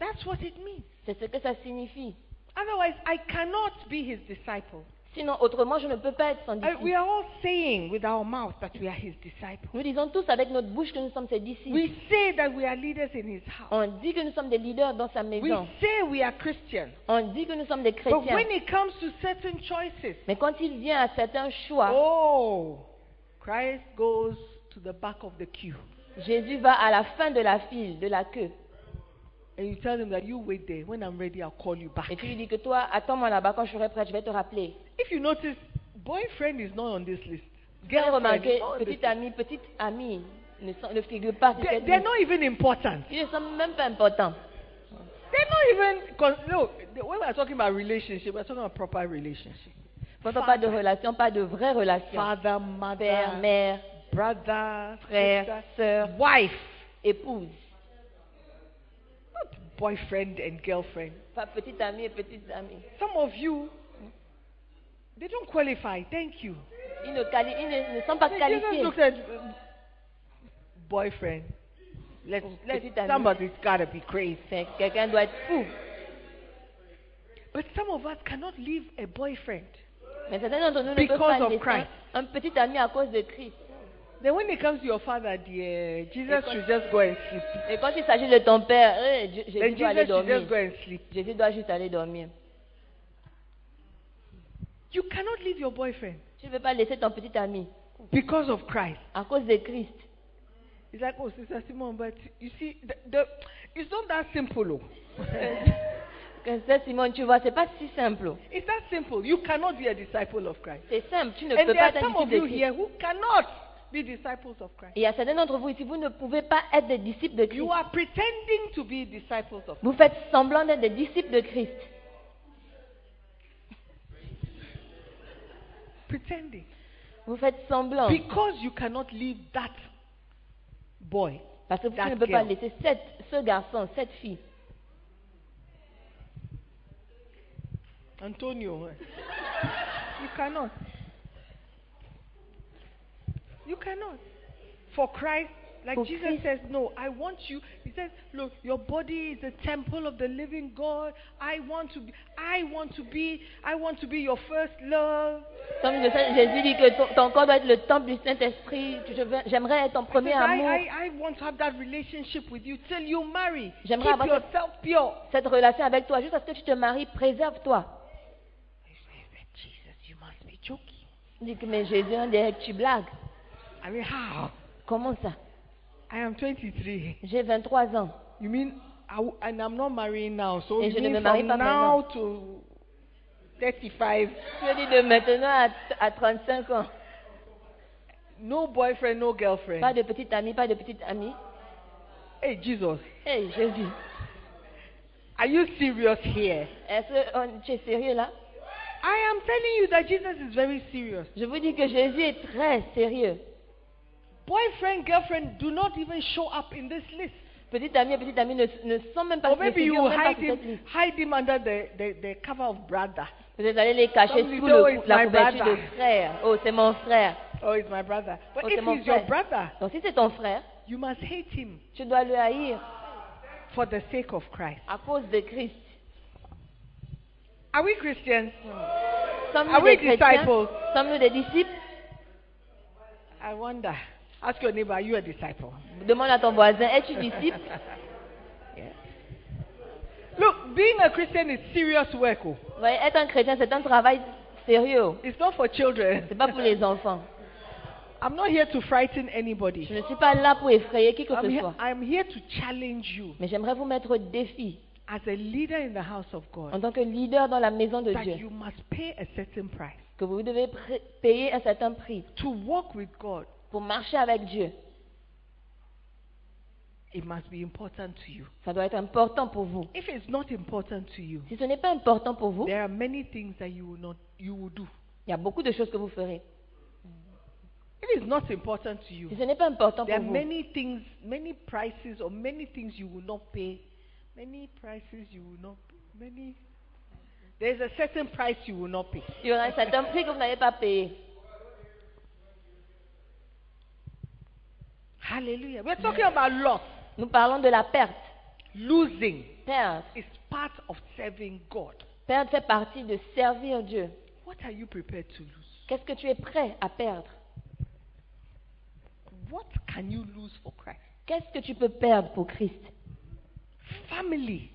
Speaker 5: That's what it means.
Speaker 3: C'est ce que ça signifie.
Speaker 5: Otherwise, I cannot be his disciple.
Speaker 3: Sinon, autrement, je ne peux pas être son
Speaker 5: Uh, we
Speaker 3: disciple.
Speaker 5: are all saying with our mouth that we are his disciples.
Speaker 3: Nous disons tous avec notre bouche que nous sommes ses disciples.
Speaker 5: We say that we are leaders in his house.
Speaker 3: On dit que nous sommes des leaders dans sa
Speaker 5: We
Speaker 3: maison.
Speaker 5: say we are Christians.
Speaker 3: On dit que nous sommes des
Speaker 5: But
Speaker 3: chrétiens.
Speaker 5: when it comes to certain choices,
Speaker 3: Mais quand il vient à certains choix,
Speaker 5: oh, Christ goes to to the back of the queue.
Speaker 3: Jésus va à la fin de la file, de la queue.
Speaker 5: And you tell them that you wait there. When I'm ready, I'll call you back.
Speaker 3: Et tu lui dis que toi, attends-moi là-bas, quand je serai prête, je vais te rappeler.
Speaker 5: If you notice, boyfriend is not on this list.
Speaker 3: Vous avez
Speaker 5: Girlfriend is
Speaker 3: remarqué,
Speaker 5: not on this
Speaker 3: petite amie, eh, petite amie ne, sont- ne figure pas sur
Speaker 5: list. They,
Speaker 3: cette
Speaker 5: they're
Speaker 3: liste.
Speaker 5: not even important.
Speaker 3: Ils ne sont même pas importants.
Speaker 5: They're not even. Con- no, the- when we're talking about relationship, we're talking about proper relationship.
Speaker 3: Quand on parle de relation, pas de vraie relation.
Speaker 5: Father, mother,
Speaker 3: Père, mère,
Speaker 5: brother,
Speaker 3: frère,
Speaker 5: sister,
Speaker 3: sœur,
Speaker 5: wife,
Speaker 3: épouse.
Speaker 5: not boyfriend and girlfriend.
Speaker 3: Pas petite amie et petite amie.
Speaker 5: Some of you, they don't qualify. Thank you.
Speaker 3: Ils ne, quali- ils ne- ne sont pas
Speaker 5: They just
Speaker 3: qualifiés.
Speaker 5: looked at uh, boyfriend. Let's,
Speaker 3: Oh,
Speaker 5: let's,
Speaker 3: petite amie.
Speaker 5: somebody's got to be crazy.
Speaker 3: Fait que Quelqu'un doit être fou.
Speaker 5: But some of us cannot leave a boyfriend.
Speaker 3: Mais certains d'entre nous ne peuvent
Speaker 5: Because
Speaker 3: pas
Speaker 5: of
Speaker 3: laisser
Speaker 5: Christ.
Speaker 3: un petit ami à cause de Christ.
Speaker 5: Then when it comes to your father, dear, Jesus
Speaker 3: Because-
Speaker 5: should just go and sleep.
Speaker 3: Et quand il s'agit de ton père, eh, Dieu-
Speaker 5: Then
Speaker 3: Jésus doit aller
Speaker 5: Jesus should
Speaker 3: dormir.
Speaker 5: just go and sleep.
Speaker 3: Jésus doit juste aller dormir.
Speaker 5: You cannot leave your boyfriend
Speaker 3: Tu ne veux pas laisser ton petit ami
Speaker 5: because of Christ.
Speaker 3: à cause de
Speaker 5: [LAUGHS]
Speaker 3: Christ.
Speaker 5: It's like, oh, Sister Simon, but you see, the, the, it's not that simple. oh.
Speaker 3: Que c'est Simone, tu vois, c'est pas si simple.
Speaker 5: it's that simple. You cannot be a disciple of Christ.
Speaker 3: C'est simple, tu ne
Speaker 5: And
Speaker 3: peux
Speaker 5: there
Speaker 3: pas
Speaker 5: are
Speaker 3: être un
Speaker 5: some of
Speaker 3: disciple de
Speaker 5: you
Speaker 3: Christ.
Speaker 5: here who cannot be disciples of Christ.
Speaker 3: Et il y a certains d'entre vous ici, vous ne pouvez pas être des disciples de Christ.
Speaker 5: You are pretending to be disciples of
Speaker 3: Vous faites semblant d'être des disciples de Christ.
Speaker 5: pretending
Speaker 3: Vous faites semblant.
Speaker 5: Oh. because you cannot leave that boy.
Speaker 3: Parce que vous
Speaker 5: that
Speaker 3: ne pouvez pas
Speaker 5: girl.
Speaker 3: laisser cette- ce garçon, cette fille.
Speaker 5: Antonio, eh. you cannot. You cannot. For Christ, like
Speaker 3: For
Speaker 5: Jesus
Speaker 3: Christ.
Speaker 5: says, no, I want you. He says, look, your body is a temple of the living God. I want to be. I want to be. I want to be your first love.
Speaker 3: Comme le Saint- Jésus dit que ton, ton corps doit être le temple du Saint-Esprit. Tu- je veux- J'aimerais être ton
Speaker 5: He says,
Speaker 3: premier
Speaker 5: I,
Speaker 3: amour.
Speaker 5: I, I want to have that relationship with you till you marry. Keep
Speaker 3: J'aimerais avoir cette-
Speaker 5: yourself pure.
Speaker 3: Cette relation avec toi, juste parce que tu te maries, préserve-toi.
Speaker 5: He said, Jesus, you must be joking.
Speaker 3: Il dit que, mais Jésus, on dirait que tu blagues.
Speaker 5: I mean, how?
Speaker 3: Comment ça
Speaker 5: I am 23.
Speaker 3: J'ai 23 ans.
Speaker 5: You mean, I w- and I'm not marrying now, so
Speaker 3: Et
Speaker 5: you
Speaker 3: je ne
Speaker 5: mean
Speaker 3: me marie pas
Speaker 5: from now to 35,
Speaker 3: Je dis de maintenant à, à 35 ans.
Speaker 5: no boyfriend, no girlfriend.
Speaker 3: Pas de petite amie, pas de petite amie.
Speaker 5: Hey, Jesus,
Speaker 3: Hé Jésus,
Speaker 5: are you serious here?
Speaker 3: est-ce que on- tu es sérieux là
Speaker 5: I am telling you that Jesus is very serious.
Speaker 3: Je vous dis que Jésus est très sérieux.
Speaker 5: Boyfriend, girlfriend do not even show up in this list.
Speaker 3: Petite amie et petite amie ne, ne sont même pas
Speaker 5: Or
Speaker 3: sur ne
Speaker 5: maybe Oh, you
Speaker 3: figurent
Speaker 5: will
Speaker 3: même pas
Speaker 5: hide
Speaker 3: sur cette
Speaker 5: him,
Speaker 3: liste.
Speaker 5: hide him under the, the, the cover of brother.
Speaker 3: Vous êtes allés les cacher
Speaker 5: Somebody
Speaker 3: sous
Speaker 5: know
Speaker 3: le,
Speaker 5: it's
Speaker 3: la
Speaker 5: my
Speaker 3: couverture de
Speaker 5: brother.
Speaker 3: frère. Oh, c'est mon frère.
Speaker 5: Oh, it's my brother. But
Speaker 3: Oh, c'est
Speaker 5: if
Speaker 3: mon
Speaker 5: he's your
Speaker 3: frère.
Speaker 5: brother,
Speaker 3: Donc si c'est ton frère,
Speaker 5: you must hate him
Speaker 3: tu dois le haïr
Speaker 5: for the sake of Christ.
Speaker 3: à cause de Christ.
Speaker 5: Are we Christians? Are
Speaker 3: Sommes-nous
Speaker 5: we
Speaker 3: des chrétiens
Speaker 5: Ah disciples?
Speaker 3: Sommes-nous des disciples
Speaker 5: I wonder. Ask your neighbor, are you a disciple?
Speaker 3: Demande à ton voisin,
Speaker 5: [LAUGHS]
Speaker 3: es-tu disciple
Speaker 5: Look, being a Christian is serious work. oh.
Speaker 3: Vous voyez, être un chrétien, c'est un travail sérieux.
Speaker 5: It's not for children.
Speaker 3: C'est pas pour les enfants.
Speaker 5: [LAUGHS] I'm not here to frighten
Speaker 3: Je
Speaker 5: anybody.
Speaker 3: ne suis pas là pour effrayer qui que
Speaker 5: I'm
Speaker 3: ce
Speaker 5: here,
Speaker 3: soit.
Speaker 5: I'm here to challenge you
Speaker 3: Mais j'aimerais vous mettre au défi,
Speaker 5: as a leader in the house of
Speaker 3: en
Speaker 5: God
Speaker 3: tant que leader dans la maison de
Speaker 5: that
Speaker 3: Dieu,
Speaker 5: you must pay a certain price
Speaker 3: que vous devez pr- payer un certain prix
Speaker 5: to walk with God.
Speaker 3: pour marcher avec Dieu.
Speaker 5: It must be important to you.
Speaker 3: Ça doit être important pour vous.
Speaker 5: If it's not important to you,
Speaker 3: Si ce n'est pas important pour vous,
Speaker 5: there are many things that you will not you will do.
Speaker 3: il y a beaucoup de choses que vous ferez.
Speaker 5: If it's not important to you,
Speaker 3: Si ce n'est pas important
Speaker 5: There
Speaker 3: pour
Speaker 5: are
Speaker 3: vous,
Speaker 5: many things, many prices, or many things you will not pay. Many prices you will not pay. Many. There's a certain price you will not pay.
Speaker 3: il y aura un certain prix que vous n'allez pas payer.
Speaker 5: Hallelujah. We're talking about loss.
Speaker 3: Nous parlons de la perte.
Speaker 5: Losing
Speaker 3: Perdre.
Speaker 5: is part of serving God.
Speaker 3: Perdre fait partie de servir Dieu.
Speaker 5: What are you prepared to lose?
Speaker 3: Qu'est-ce que tu es prêt à perdre
Speaker 5: What can you lose for Christ?
Speaker 3: Qu'est-ce que tu peux perdre pour Christ
Speaker 5: Family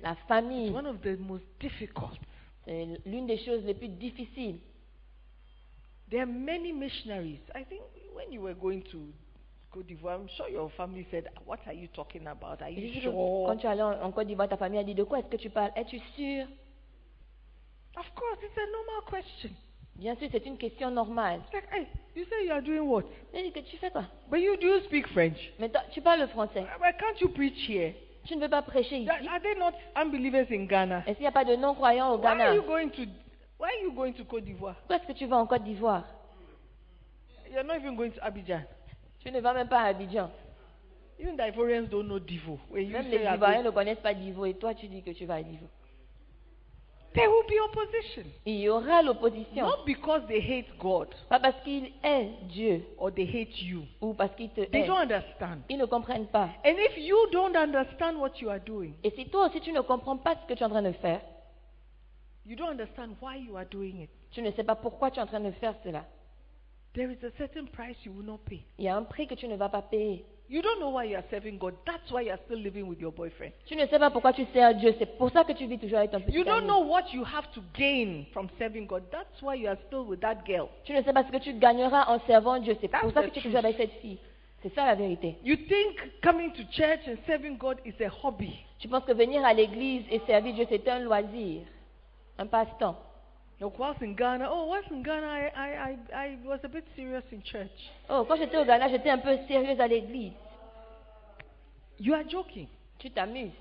Speaker 3: La
Speaker 5: is
Speaker 3: famille,
Speaker 5: one of the most difficult.
Speaker 3: c'est l'une des choses les plus difficiles.
Speaker 5: There are many missionaries. I think when you were going to Côte d'Ivoire, I'm sure your family said, What are you talking about? Are
Speaker 3: Et je
Speaker 5: you
Speaker 3: dis que Quand
Speaker 5: sure?
Speaker 3: tu allais en en Côte d'Ivoire, ta famille a dit de quoi est-ce que tu parles Es-tu sûr
Speaker 5: Of course, it's a normal question.
Speaker 3: Bien sûr, c'est une question normale.
Speaker 5: It's like, Hey, you say you are doing what?
Speaker 3: Je dis que tu fais quoi
Speaker 5: But you do speak French.
Speaker 3: Mais toi, tu parles le français.
Speaker 5: Why can't you preach here?
Speaker 3: Tu ne veux pas prêcher ici.
Speaker 5: Are they not unbelievers in Ghana?
Speaker 3: Est-ce qu'il n'y a pas de non-croyants au
Speaker 5: Why are
Speaker 3: Ghana
Speaker 5: you going to why are you going to Cote d'Ivoire?
Speaker 3: Pourquoi est-ce que tu vas en Côte d'Ivoire
Speaker 5: You're not even going to Abidjan.
Speaker 3: Tu ne vas même pas à Abidjan.
Speaker 5: Even the Ivorians don't know Divo. When you
Speaker 3: Même les
Speaker 5: say Abidjan,
Speaker 3: Ivoiriens ne connaissent pas Divo et toi, tu dis que tu vas à Divo.
Speaker 5: there will be opposition.
Speaker 3: Il y aura l'opposition.
Speaker 5: Not because they hate God
Speaker 3: Pas parce qu'il est Dieu
Speaker 5: or they hate you.
Speaker 3: ou parce qu'il te
Speaker 5: They
Speaker 3: hait.
Speaker 5: don't understand.
Speaker 3: Ils ne comprennent pas.
Speaker 5: And if you don't understand what you are doing,
Speaker 3: Et si toi aussi tu ne comprends pas ce que tu es en train de faire,
Speaker 5: you don't understand why you are doing it.
Speaker 3: tu ne sais pas pourquoi tu es en train de faire cela.
Speaker 5: There is a certain price you will not pay.
Speaker 3: Il y a un prix que tu ne vas pas payer.
Speaker 5: You don't know why you are serving God. That's why you are still living with your boyfriend.
Speaker 3: Tu ne sais pas pourquoi tu sers Dieu. C'est pour ça que tu vis toujours avec ton petit
Speaker 5: You don't
Speaker 3: ami.
Speaker 5: know what you have to gain from serving God. That's why you are still with that girl.
Speaker 3: Tu ne sais pas ce que tu gagneras en servant Dieu. C'est pour
Speaker 5: That's
Speaker 3: ça
Speaker 5: the
Speaker 3: que tu es
Speaker 5: truth.
Speaker 3: toujours avec cette fille. C'est ça la vérité.
Speaker 5: You think coming to church and serving God is a hobby.
Speaker 3: Tu penses que venir à l'église et servir Dieu, c'est un loisir, un passe-temps.
Speaker 5: Like whilst in Ghana, oh, whilst in Ghana, I, I, I, I was a bit serious in church.
Speaker 3: Oh, quand j'étais au Ghana, j'étais un peu sérieuse à l'église.
Speaker 5: You are joking.
Speaker 3: Tu t'amuses.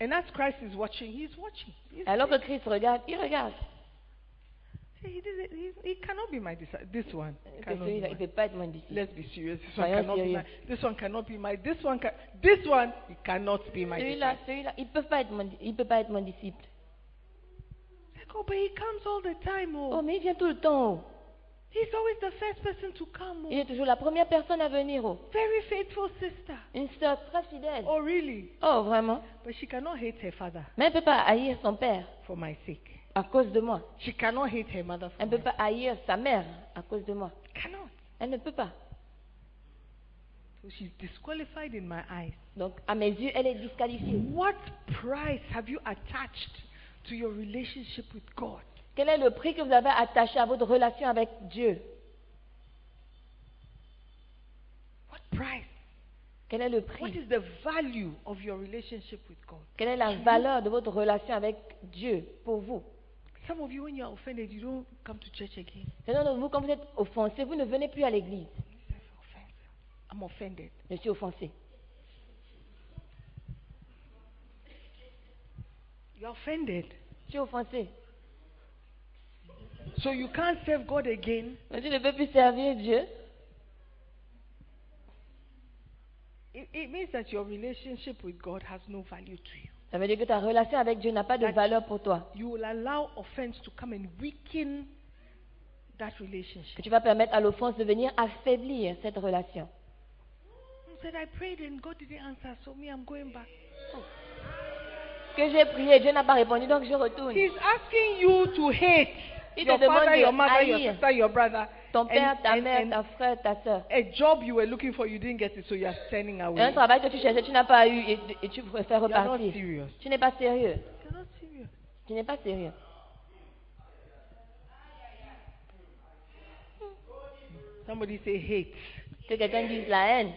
Speaker 5: And as Christ is watching, he's watching. He's-
Speaker 3: Alors que Christ regarde, il regarde.
Speaker 5: he, didn't- he, he cannot be my disciple. This one
Speaker 3: Que
Speaker 5: cannot
Speaker 3: celui-là,
Speaker 5: be
Speaker 3: il ne
Speaker 5: mine.
Speaker 3: peut pas être loin d'ici.
Speaker 5: Let's be serious. This one
Speaker 3: Soyons
Speaker 5: cannot be
Speaker 3: sérieux.
Speaker 5: my. This one cannot be my. This one can. This one he cannot be my.
Speaker 3: Celui-là,
Speaker 5: disciple.
Speaker 3: celui-là, il ne peut, pas être mon- il peut pas être mon disciple.
Speaker 5: Like, oh, but he comes all the time.
Speaker 3: Oh,
Speaker 5: Oh,
Speaker 3: mais il vient tout le temps. oh.
Speaker 5: he's always the first person to come. Oh.
Speaker 3: Il est toujours la première personne à venir. oh.
Speaker 5: Very faithful sister.
Speaker 3: Une sœur très fidèle.
Speaker 5: Oh, really?
Speaker 3: Oh, vraiment.
Speaker 5: But she cannot hate her father
Speaker 3: Mais elle ne peut pas haïr son père
Speaker 5: for my sake.
Speaker 3: à cause de moi.
Speaker 5: She cannot hate her mother for
Speaker 3: Elle ne peut
Speaker 5: my
Speaker 3: pas haïr sa mère à cause de moi.
Speaker 5: sake. Cannot.
Speaker 3: Elle ne peut pas.
Speaker 5: So she's disqualified in my eyes.
Speaker 3: Donc, à mes yeux, elle est disqualifiée.
Speaker 5: What price have you attached to your relationship with God?
Speaker 3: Quel est le prix que vous avez attaché à votre relation avec Dieu
Speaker 5: What price?
Speaker 3: Quel est le
Speaker 5: What
Speaker 3: prix
Speaker 5: is the value of your relationship with God?
Speaker 3: Quelle est la valeur de votre relation avec Dieu pour vous
Speaker 5: Some of you, when you are offended, you don't come to church again.
Speaker 3: Certains de vous, quand vous êtes offensé, vous ne venez plus à l'église.
Speaker 5: Offense. I'm offended.
Speaker 3: Je suis offensé.
Speaker 5: You're offended.
Speaker 3: Je suis offensé.
Speaker 5: So you can't serve God again.
Speaker 3: Mais je ne peux plus servir Dieu.
Speaker 5: It, it means that your relationship with God has no value to you.
Speaker 3: Ça veut dire que ta relation avec Dieu n'a pas de valeur pour toi.
Speaker 5: You will allow offense to come and weaken that
Speaker 3: Que
Speaker 5: relationship.
Speaker 3: tu vas permettre à l'offense de venir affaiblir cette relation.
Speaker 5: He said, I prayed and God didn't answer, so me, I'm going back.
Speaker 3: Que j'ai prié, Dieu n'a pas répondu, donc je retourne.
Speaker 5: He's asking you to hate
Speaker 3: Il te
Speaker 5: your father,
Speaker 3: demande
Speaker 5: your
Speaker 3: de
Speaker 5: mother, your
Speaker 3: haïr
Speaker 5: sister, your brother.
Speaker 3: Ton père,
Speaker 5: and,
Speaker 3: ta
Speaker 5: and-
Speaker 3: mère,
Speaker 5: and
Speaker 3: ta frère, ta soeur.
Speaker 5: a job you were looking for, you didn't get it, so you are turning away.
Speaker 3: Un travail que tu cherchais, tu n'as pas eu et, et tu préfères
Speaker 5: You're not
Speaker 3: repartir.
Speaker 5: serious.
Speaker 3: Tu n'es pas sérieux.
Speaker 5: You're not serious.
Speaker 3: Tu n'es pas sérieux.
Speaker 5: Somebody say hate.
Speaker 3: Que quelqu'un dise la haine.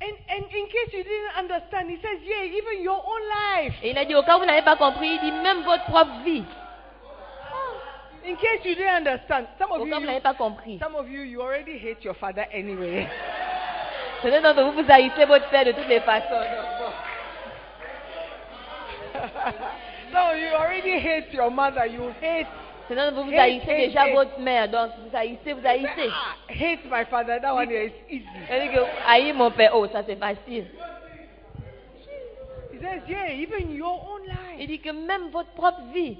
Speaker 5: And, and in case you didn't understand, he says, yeah, even your own life.
Speaker 3: Et il a dit, au cas où vous n'avez pas compris, il dit même votre propre vie.
Speaker 5: In case you didn't understand, some of
Speaker 3: Au
Speaker 5: you,
Speaker 3: cas où vous n'avez
Speaker 5: you
Speaker 3: pas compris.
Speaker 5: some of you, you already hate your father [LAUGHS] anyway.
Speaker 3: Certains d'entre vous, vous haïssez votre père de toutes les façons.
Speaker 5: no, you already hate your mother. You hate.
Speaker 3: Certains d'entre vous, vous
Speaker 5: Hey,
Speaker 3: haïssez
Speaker 5: hey,
Speaker 3: déjà
Speaker 5: hey.
Speaker 3: votre mère. Donc, vous haïssez, vous haïssez.
Speaker 5: Ah, hate my father. That one is easy.
Speaker 3: Elle dit que haïr mon père, oh, ça c'est facile.
Speaker 5: He says, yeah, even your own
Speaker 3: Il
Speaker 5: life.
Speaker 3: dit que même votre propre vie,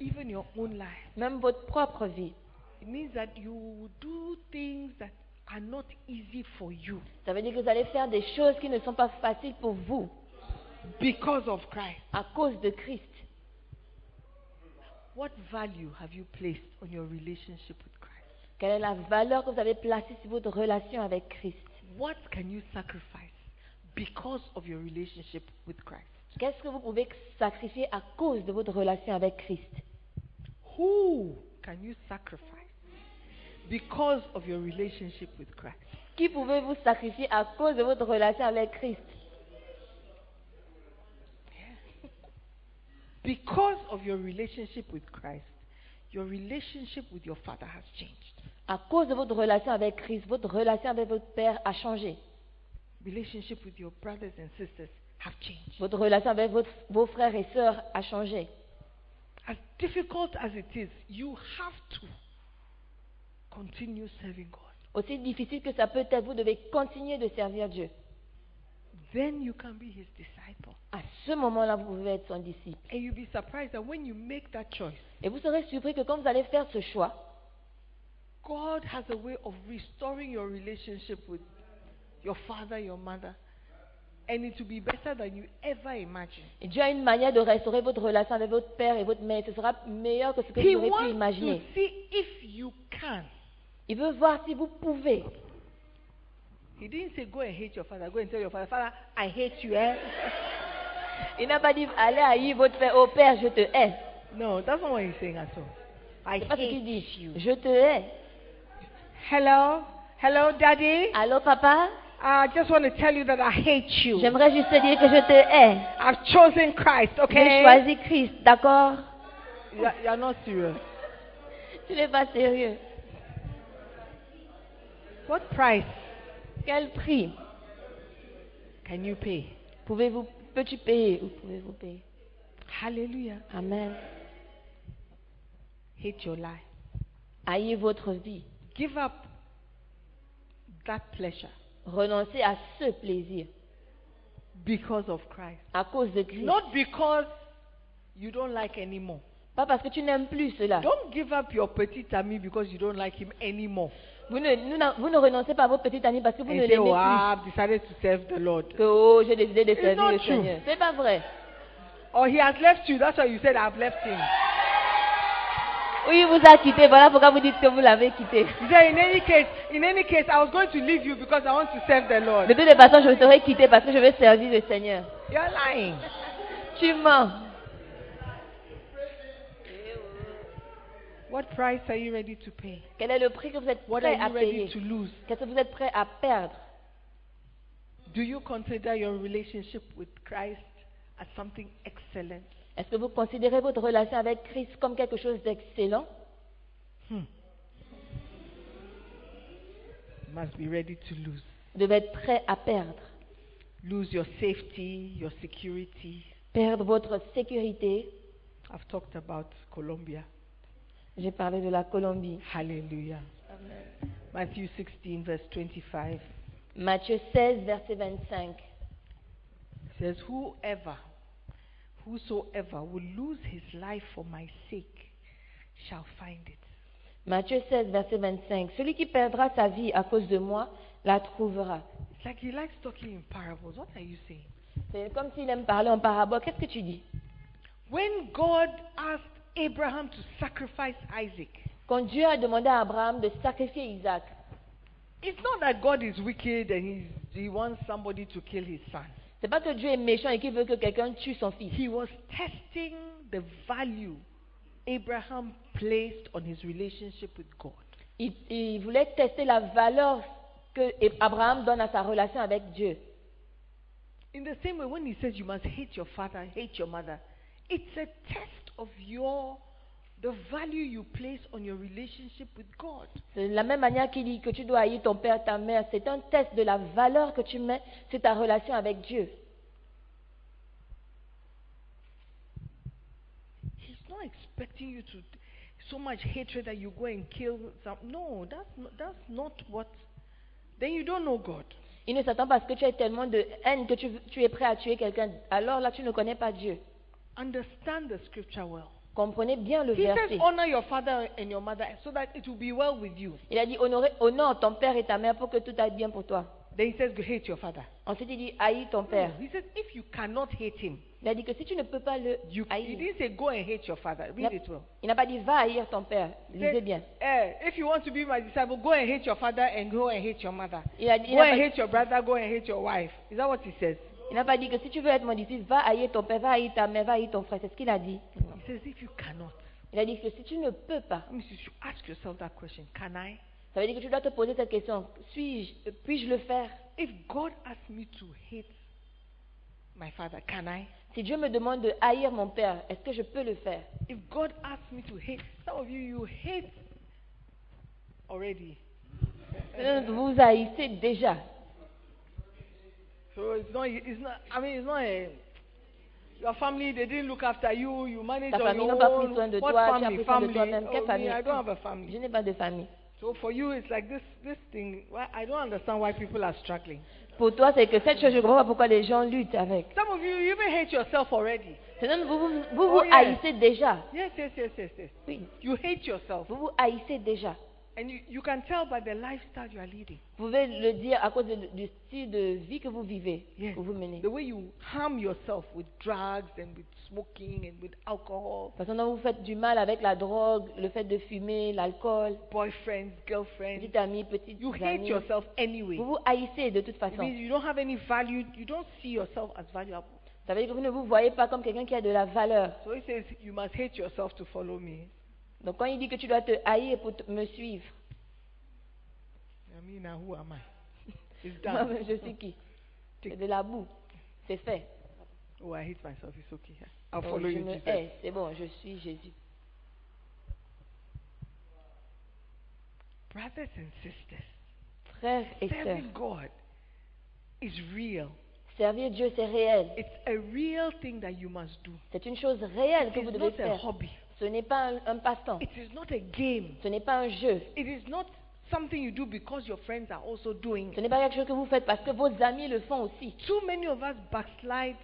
Speaker 5: Even your own life.
Speaker 3: même votre propre vie,
Speaker 5: It means that you do things that are not easy for you
Speaker 3: ça veut dire que vous allez faire des choses qui ne sont pas faciles pour vous
Speaker 5: because of Christ.
Speaker 3: à cause de Christ.
Speaker 5: What value have you placed on your relationship with Christ?
Speaker 3: Quelle est la valeur que vous avez placée sur votre relation avec Christ
Speaker 5: What can you sacrifice because of your relationship with Christ?
Speaker 3: Qu'est-ce que vous pouvez sacrifier à cause de votre relation avec Christ
Speaker 5: Who can you sacrifice because of your relationship with Christ?
Speaker 3: Qui pouvez-vous sacrifier à cause de votre relation avec Christ
Speaker 5: Because of your relationship with Christ, your relationship with your Father has changed.
Speaker 3: À cause de votre relation avec Christ, votre relation avec votre Père a changé.
Speaker 5: Relationship with your brothers and sisters have changed.
Speaker 3: Votre relation avec votre- vos frères et sœurs a changé.
Speaker 5: As difficult as it is, you have to continue serving God.
Speaker 3: Aussi difficile que ça peut être, vous devez continuer de servir Dieu.
Speaker 5: Then you can be His disciple.
Speaker 3: À ce moment-là, vous pouvez être son disciple.
Speaker 5: And you'll be surprised that when you make that choice,
Speaker 3: Et vous serez surpris que quand vous allez faire ce choix,
Speaker 5: God has a way of restoring your relationship with your father, your mother, and it will be better than you ever imagined.
Speaker 3: Dieu a une manière de restaurer votre relation avec votre père et votre mère. Ce sera meilleur que ce que
Speaker 5: He
Speaker 3: vous auriez pu
Speaker 5: wants to
Speaker 3: imaginer.
Speaker 5: see if you can.
Speaker 3: Il veut voir si vous pouvez.
Speaker 5: He didn't say go and hate your father. Go and tell your father, Father, I hate you. Eh? [LAUGHS]
Speaker 3: Il n'a pas dit allez haïr votre père. Oh père, je te hais.
Speaker 5: No, that's not what he's saying at all. I
Speaker 3: C'est pas ce
Speaker 5: hate
Speaker 3: qu'il dit.
Speaker 5: you.
Speaker 3: Je te hais.
Speaker 5: Hello, hello, Daddy.
Speaker 3: Allô papa,
Speaker 5: I just want to tell you that I hate you.
Speaker 3: j'aimerais juste te dire que je te hais.
Speaker 5: I've chosen Christ.
Speaker 3: J'ai
Speaker 5: Okay.
Speaker 3: choisi Christ, d'accord
Speaker 5: You are- you are not serious.
Speaker 3: Tu n'es pas sérieux.
Speaker 5: What price
Speaker 3: Quel prix
Speaker 5: can you pay?
Speaker 3: pouvez-vous, peux-tu payer ou pouvez-vous payer
Speaker 5: Hallelujah.
Speaker 3: Amen.
Speaker 5: Hate your life.
Speaker 3: Haïr votre vie.
Speaker 5: Give up that pleasure
Speaker 3: Renoncez à ce plaisir
Speaker 5: because of Christ.
Speaker 3: à cause de Christ.
Speaker 5: Not because you don't like anymore.
Speaker 3: Pas parce que tu n'aimes plus cela.
Speaker 5: Don't give up your petit ami because you don't like him anymore.
Speaker 3: Vous ne, nous n'a- vous ne renoncez pas à vos petites amies parce que vous
Speaker 5: And
Speaker 3: ne
Speaker 5: say,
Speaker 3: l'aimez
Speaker 5: oh,
Speaker 3: plus.
Speaker 5: I've decided to serve the Lord.
Speaker 3: Que oh, j'ai décidé de servir
Speaker 5: not
Speaker 3: le
Speaker 5: true.
Speaker 3: Seigneur. C'est pas vrai.
Speaker 5: Or he has left you. That's why you said I've left him.
Speaker 3: Oui, il vous a quitté. Voilà pourquoi vous dites que vous l'avez quitté.
Speaker 5: He said, in any case, in any case, I was going to leave you because I want to serve the
Speaker 3: De
Speaker 5: Lord.
Speaker 3: toutes les façons, je serai quitté parce que je vais servir le Seigneur.
Speaker 5: You're lying.
Speaker 3: Tu mens.
Speaker 5: What price are you ready to pay?
Speaker 3: Quel est le prix que vous êtes
Speaker 5: What are
Speaker 3: prêt à
Speaker 5: you ready
Speaker 3: payer
Speaker 5: to lose?
Speaker 3: Qu'est-ce que vous êtes prêt à perdre
Speaker 5: Do you consider your relationship with Christ as something excellent?
Speaker 3: Est-ce que vous considérez votre relation avec Christ comme quelque chose d'excellent
Speaker 5: You must be ready to lose.
Speaker 3: Vous devez être prêt à perdre.
Speaker 5: Lose your safety, your security.
Speaker 3: Perdre votre sécurité.
Speaker 5: I've talked about Colombia.
Speaker 3: J'ai parlé de la Colombie.
Speaker 5: Hallelujah. Matthew 16, verse 25
Speaker 3: Matthieu 16, verset 25.
Speaker 5: says, Whoever, whosoever will lose his life for my sake shall find it.
Speaker 3: Matthieu 16, verset 25. Celui qui perdra sa vie à cause de moi la trouvera.
Speaker 5: It's like he likes talking in parables. What are you saying?
Speaker 3: C'est comme s'il aime parler en parabole. Qu'est-ce que tu dis
Speaker 5: When God asked Abraham to sacrifice Isaac,
Speaker 3: Quand Dieu a demandé à Abraham de sacrifier Isaac,
Speaker 5: it's not that God is wicked and he's, he wants somebody to kill his son.
Speaker 3: c'est pas que Dieu est méchant et qu'il veut que quelqu'un tue son fils.
Speaker 5: He was testing the value Abraham placed on his relationship with God.
Speaker 3: Il, il voulait tester la valeur que Abraham donne à sa relation avec Dieu.
Speaker 5: In the same way, when he says you must hate your father, hate your mother, it's a test of your the value you place on your relationship with God.
Speaker 3: C'est de la même manière qu'il dit que tu dois haïr ton père, ta mère. C'est un test de la valeur que tu mets sur ta relation avec Dieu.
Speaker 5: He's not expecting you to so much hatred that you go and kill some. No, that's not, that's not what. Then you don't know God.
Speaker 3: Il ne s'attend pas à ce que tu aies tellement de haine que tu, tu es prêt à tuer quelqu'un. Alors là, tu ne connais pas Dieu.
Speaker 5: Understand the scripture well.
Speaker 3: Comprenez bien le
Speaker 5: He
Speaker 3: verset.
Speaker 5: says, honor your father and your mother so that it will be well with you.
Speaker 3: Il a dit honorer, honore ton père et ta mère pour que tout aille bien pour toi.
Speaker 5: Then he says, hate your father.
Speaker 3: Ensuite, il dit haïs ton père.
Speaker 5: He says, if you cannot hate him,
Speaker 3: Il a dit que si tu ne peux pas le
Speaker 5: You, he
Speaker 3: haïr,
Speaker 5: didn't say go and hate your father.
Speaker 3: il n'a-
Speaker 5: Read it well.
Speaker 3: il n'a pas dit va haïr ton père. Lisez
Speaker 5: Said,
Speaker 3: bien.
Speaker 5: "Eh, if you want to be my disciple, go and hate your father and go and hate your mother.
Speaker 3: Il a dit- il
Speaker 5: Go
Speaker 3: n'a
Speaker 5: and
Speaker 3: pas-
Speaker 5: hate your brother, go and hate your wife. Is that what he says?
Speaker 3: il n'a pas dit que si tu veux être mon disciple, va haïr ton père, va haïr ta mère, va haïr ton frère. C'est ce qu'il a dit.
Speaker 5: He says, if you cannot,
Speaker 3: Il a dit que si tu ne peux pas,
Speaker 5: that means you should ask yourself that question. Can I?
Speaker 3: ça veut dire que tu dois te poser cette question. Suis-je, puis-je le faire
Speaker 5: If God asked me to hate my father, can I?
Speaker 3: Si Dieu me demande de haïr mon père, est-ce que je peux le faire
Speaker 5: If God asked me to hate, some of you, you hate already.
Speaker 3: Certains d'entre Vous haïssez déjà.
Speaker 5: So it's not, it's not, I mean, it's not a, your family, they didn't look after you, you managed
Speaker 3: Ta
Speaker 5: on
Speaker 3: famille
Speaker 5: your
Speaker 3: n'a pas pris
Speaker 5: own.
Speaker 3: soin de
Speaker 5: What
Speaker 3: toi, tu as pris
Speaker 5: family?
Speaker 3: soin de
Speaker 5: family?
Speaker 3: toi-même. Quelle
Speaker 5: Oh, me,
Speaker 3: famille
Speaker 5: I don't have a family.
Speaker 3: Je n'ai pas de famille.
Speaker 5: So for you, it's like this, this thing, why, I don't understand why people are struggling.
Speaker 3: Pour toi, c'est que cette chose, je ne comprends pas pourquoi les gens luttent avec.
Speaker 5: Some of you, you even hate yourself already.
Speaker 3: Sinon, vous vous, vous,
Speaker 5: Oh,
Speaker 3: vous
Speaker 5: yeah.
Speaker 3: haïssez déjà.
Speaker 5: Yes, yes, yes, yes, yes.
Speaker 3: Oui,
Speaker 5: You hate yourself.
Speaker 3: vous vous haïssez déjà.
Speaker 5: And you, you can tell by the lifestyle you are leading.
Speaker 3: Vous pouvez le dire à cause de- du style de vie que vous vivez,
Speaker 5: Yes.
Speaker 3: que vous menez.
Speaker 5: The way you harm yourself with drugs and with smoking and with alcohol,
Speaker 3: La façon dont vous faites du mal avec la drogue, le fait de fumer, l'alcool,
Speaker 5: boyfriends, girlfriends.
Speaker 3: petite amie, petite
Speaker 5: You hate
Speaker 3: amie.
Speaker 5: yourself anyway.
Speaker 3: Vous vous haïssez de toute
Speaker 5: It
Speaker 3: façon.
Speaker 5: means you don't have any value. You don't see yourself as valuable.
Speaker 3: Ça veut dire que vous ne vous voyez pas comme quelqu'un qui a de la valeur.
Speaker 5: So he says, you must hate yourself to follow me.
Speaker 3: Donc quand il dit que tu dois te haïr pour te- me suivre,
Speaker 5: I mean, now who am I? It's
Speaker 3: moi,
Speaker 5: done.
Speaker 3: je suis qui C'est de la boue. C'est fait.
Speaker 5: Oh, I hate myself. It's okay. I'll
Speaker 3: Donc,
Speaker 5: follow
Speaker 3: je
Speaker 5: you,
Speaker 3: me
Speaker 5: Jesus.
Speaker 3: hais. C'est bon, je suis Jésus.
Speaker 5: Brothers and sisters,
Speaker 3: Frères et sœurs,
Speaker 5: serving God is real.
Speaker 3: servir Dieu, c'est réel.
Speaker 5: It's a real thing that you must do.
Speaker 3: C'est une chose réelle que vous
Speaker 5: It is
Speaker 3: devez
Speaker 5: not a
Speaker 3: faire.
Speaker 5: hobby.
Speaker 3: Ce n'est pas un, un passe-temps.
Speaker 5: It is not a game.
Speaker 3: Ce n'est pas un jeu.
Speaker 5: It is not something you do because your friends are also
Speaker 3: Ce
Speaker 5: doing it.
Speaker 3: n'est pas quelque chose que vous faites parce que vos amis le font aussi.
Speaker 5: Too many of us backslide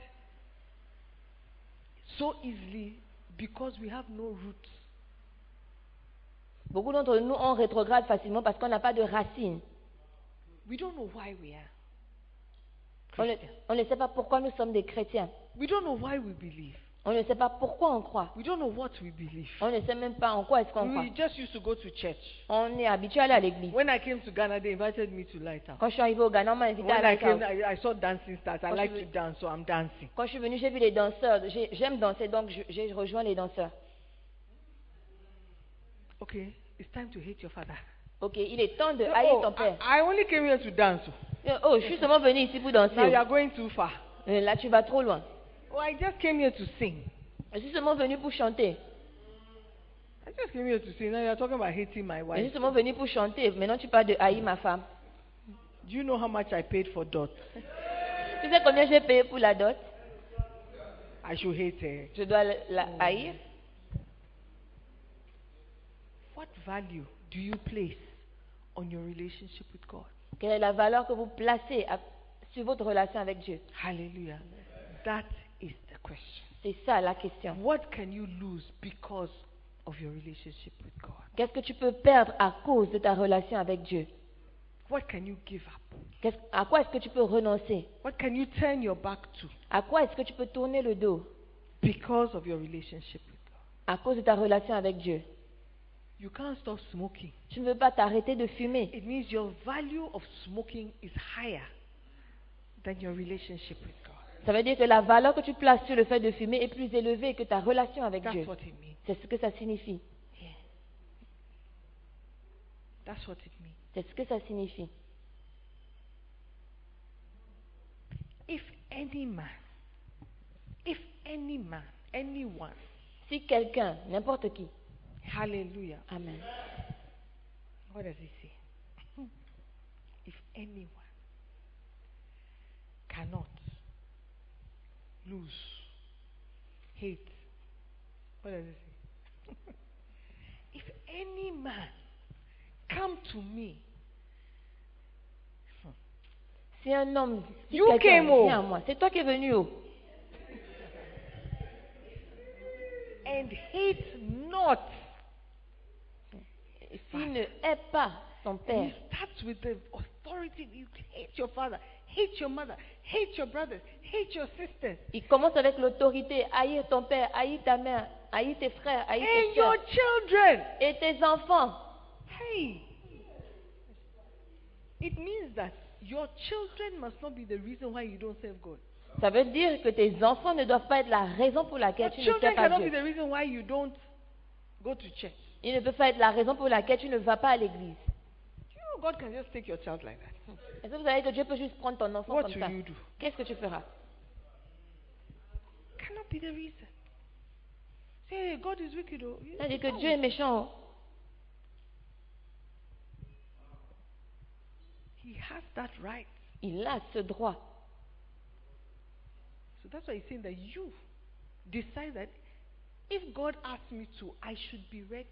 Speaker 5: so easily because we have no roots.
Speaker 3: Beaucoup d'entre nous, on rétrograde facilement parce qu'on n'a pas de racines.
Speaker 5: We don't know why we are
Speaker 3: On ne,
Speaker 5: Christian.
Speaker 3: on ne sait pas pourquoi nous sommes des chrétiens.
Speaker 5: We don't know why we believe.
Speaker 3: On ne sait pas pourquoi on croit.
Speaker 5: We don't know what we believe.
Speaker 3: On ne sait même pas en quoi est-ce qu'on croit.
Speaker 5: We just used to go to church.
Speaker 3: On est habitué à aller à l'église.
Speaker 5: When I came to Ghana, they invited me to light up.
Speaker 3: Quand je suis arrivée au Ghana, on m'a invité
Speaker 5: When
Speaker 3: à
Speaker 5: I
Speaker 3: la
Speaker 5: came,
Speaker 3: house.
Speaker 5: I, I saw dancing stars. I
Speaker 3: Quand je
Speaker 5: like
Speaker 3: veux-
Speaker 5: to dance, so I'm dancing.
Speaker 3: Quand je suis venue, j'ai vu les danseurs. J'ai- J'aime danser, donc je- j'ai rejoint les danseurs.
Speaker 5: Okay, it's time to hate your father.
Speaker 3: Ok, il est temps de
Speaker 5: No,
Speaker 3: haïr
Speaker 5: oh,
Speaker 3: ton père.
Speaker 5: I, I only came here to dance. oh.
Speaker 3: Euh, Oh, je suis seulement venue ici pour danser.
Speaker 5: Now you are going too far.
Speaker 3: Euh, Là, tu vas trop loin.
Speaker 5: Oh, I just came here to sing.
Speaker 3: Je suis seulement venue pour chanter.
Speaker 5: I just came here to sing. Now you are talking about hating
Speaker 3: Je
Speaker 5: my
Speaker 3: suis
Speaker 5: wife.
Speaker 3: seulement venue pour chanter. Maintenant, tu parles de haïr ma femme.
Speaker 5: Do you know how much I paid for Dot?
Speaker 3: Tu sais combien j'ai payé pour la dot
Speaker 5: I should hate her.
Speaker 3: Je dois la- la haïr.
Speaker 5: What value do you place on your relationship with God?
Speaker 3: Quelle est la valeur que vous placez à- sur votre relation avec Dieu
Speaker 5: Hallelujah. That is the question.
Speaker 3: C'est ça la question.
Speaker 5: What can you lose because of your relationship with God?
Speaker 3: Qu'est-ce que tu peux perdre à cause de ta relation avec Dieu
Speaker 5: What can you give up?
Speaker 3: Qu'est-ce- À quoi est-ce que tu peux renoncer
Speaker 5: What can you turn your back to
Speaker 3: À quoi est-ce que tu peux tourner le dos
Speaker 5: because of your relationship with God?
Speaker 3: à cause de ta relation avec Dieu
Speaker 5: You can't stop smoking.
Speaker 3: Tu ne veux pas t'arrêter de fumer.
Speaker 5: It means your value of smoking is higher than your relationship with God.
Speaker 3: Ça veut dire que la valeur que tu places sur le fait de fumer est plus élevée que ta relation avec Dieu.
Speaker 5: That's what it means.
Speaker 3: C'est ce que ça signifie.
Speaker 5: That's what it means.
Speaker 3: C'est ce que ça signifie.
Speaker 5: If any man, if any man, anyone,
Speaker 3: Si quelqu'un, n'importe qui,
Speaker 5: hallelujah,
Speaker 3: Amen.
Speaker 5: What does it say? [LAUGHS] If anyone cannot lose, hate, what does it say? [LAUGHS] if any man come to me,
Speaker 3: Si un homme, si
Speaker 5: You
Speaker 3: quelqu'un
Speaker 5: came, oh.
Speaker 3: vient à moi, c'est toi qui es venu oh,
Speaker 5: and hate not, Bah.
Speaker 3: S'il ne hait pas son
Speaker 5: and
Speaker 3: père,
Speaker 5: it starts with the authority. You hate your father, hate your mother, hate your brothers, hate your sisters.
Speaker 3: Il commence avec l'autorité. Haïr ton père, haïr ta mère, haïr tes frères, haïr
Speaker 5: And
Speaker 3: tes
Speaker 5: your
Speaker 3: soeurs.
Speaker 5: children.
Speaker 3: Et tes enfants.
Speaker 5: Hey. It means that your children must not be the reason why you don't serve God.
Speaker 3: Ça veut dire que tes enfants ne doivent pas être la raison pour laquelle tu
Speaker 5: Your
Speaker 3: ne sers
Speaker 5: children
Speaker 3: pas
Speaker 5: cannot be the
Speaker 3: Dieu.
Speaker 5: reason why you don't go to church.
Speaker 3: Ils ne peuvent pas être la raison pour laquelle tu ne vas pas à l'église.
Speaker 5: You know, God can just take your child like that.
Speaker 3: Est-ce que vous savez que Dieu peut juste prendre ton enfant
Speaker 5: What
Speaker 3: comme
Speaker 5: will
Speaker 3: ça
Speaker 5: you do?
Speaker 3: Qu'est-ce que tu feras
Speaker 5: Cannot be the reason. Say, God is wicked. Oh. You
Speaker 3: Ça dit que
Speaker 5: know,
Speaker 3: Dieu est méchant. oh.
Speaker 5: He has that right.
Speaker 3: Il a ce droit.
Speaker 5: So that's why he's saying that you decide that if God asks me to, I should be ready.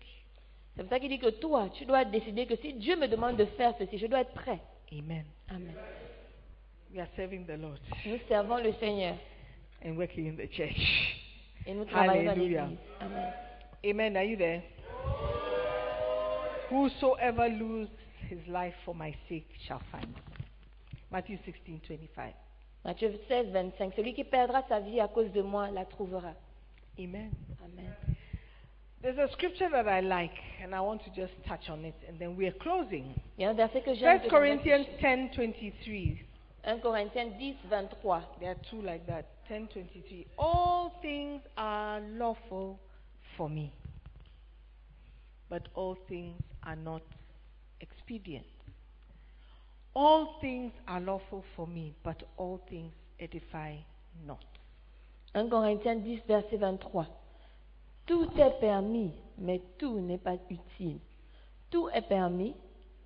Speaker 3: C'est pour ça qu'il dit que toi, tu dois décider que si Dieu me demande de faire ceci, je dois être prêt.
Speaker 5: Amen.
Speaker 3: Amen.
Speaker 5: We are serving the Lord
Speaker 3: Nous servons le Seigneur
Speaker 5: and working in the church.
Speaker 3: et nous travaillons
Speaker 5: Alléluia.
Speaker 3: à l'église. Amen.
Speaker 5: Amen. Are you there? Whosoever loses his life for my sake shall find it. Matthew 16, 25.
Speaker 3: Matthieu 16, 25. Celui qui perdra sa vie à cause de moi la trouvera.
Speaker 5: Amen.
Speaker 3: Amen.
Speaker 5: There's a scripture that I like, and I want to just touch on it, and then we're closing.
Speaker 3: Il y a un verset que j'aime. que
Speaker 5: First Corinthians
Speaker 3: j'aime.
Speaker 5: 10, 23.
Speaker 3: 1 Corinthiens 10, 23.
Speaker 5: There are two like that. 10, 23. All things are lawful for me, but all things are not expedient. All things are lawful for me, but all things edify not.
Speaker 3: 1 Corinthiens 10, verset 23. Tout est permis, mais tout n'est pas utile. Tout est permis,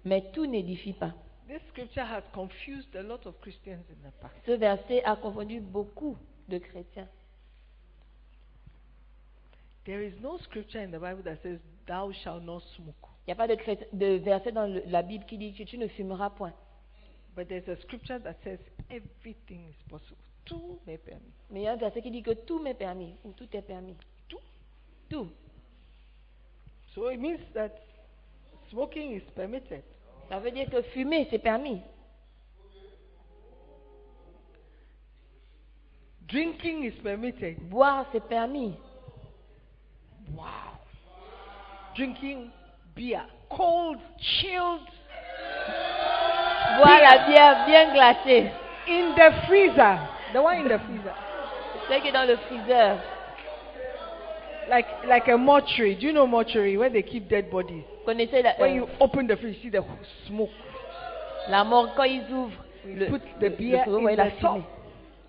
Speaker 3: mais tout n'édifie pas.
Speaker 5: This scripture has confused a lot of Christians in the past.
Speaker 3: Ce verset a confondu beaucoup de chrétiens.
Speaker 5: There is no scripture in the Bible that says, Thou shalt not smoke.
Speaker 3: Il n'y a pas de, chrét- de verset dans le- la Bible qui dit que tu ne fumeras point.
Speaker 5: But there's a scripture that says, Everything is possible. Tout may permis.
Speaker 3: Mais il y a un verset qui dit que tout m'est permis ou tout est permis.
Speaker 5: Tout.
Speaker 3: Tout.
Speaker 5: So it means that smoking is permitted.
Speaker 3: Ça veut dire que fumer, c'est permis.
Speaker 5: Drinking is permitted.
Speaker 3: Boire, c'est permis.
Speaker 5: Wow. Drinking beer, cold, chilled,
Speaker 3: Boire la bière bien glacée.
Speaker 5: in the freezer. The one in the freezer.
Speaker 3: Celle qui est dans le freezer.
Speaker 5: Like like a mortuary. Do you know mortuary where they keep dead bodies?
Speaker 3: Vous connaissez la,
Speaker 5: When
Speaker 3: euh,
Speaker 5: you open the fridge, you see the smoke.
Speaker 3: La mort, quand ils ouvrent,
Speaker 5: We
Speaker 3: le,
Speaker 5: put the
Speaker 3: le-
Speaker 5: beer
Speaker 3: le- ouais,
Speaker 5: in
Speaker 3: la
Speaker 5: the
Speaker 3: fumée.
Speaker 5: top.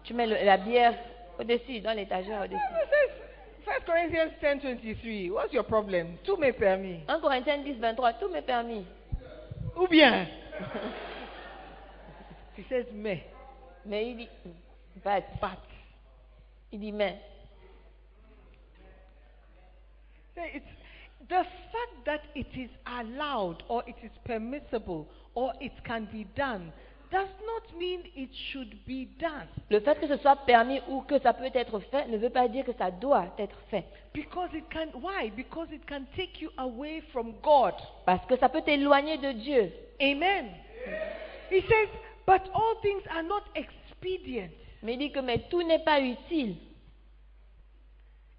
Speaker 3: Tu mets le- la bière au-dessus, dans l'étagère au-dessus.
Speaker 5: First Corinthians ten twenty three. What's your problem? Tout me permis.
Speaker 3: 1 Corinthiens 10, 23, tout m'est permis.
Speaker 5: Ou [LAUGHS] bien. he says me,
Speaker 3: Mais il dit, but,
Speaker 5: but.
Speaker 3: il dit mais.
Speaker 5: So It's the fact that it is allowed or it is permissible or it can be done does not mean it should be done
Speaker 3: Le fait que ce soit permis ou que ça peut être fait ne veut pas dire que ça doit être fait.
Speaker 5: because it can why because it can take you away from god
Speaker 3: Parce que ça peut t'éloigner de Dieu.
Speaker 5: amen he says but all things are not expedient
Speaker 3: Mais il dit que mais tout n'est pas utile.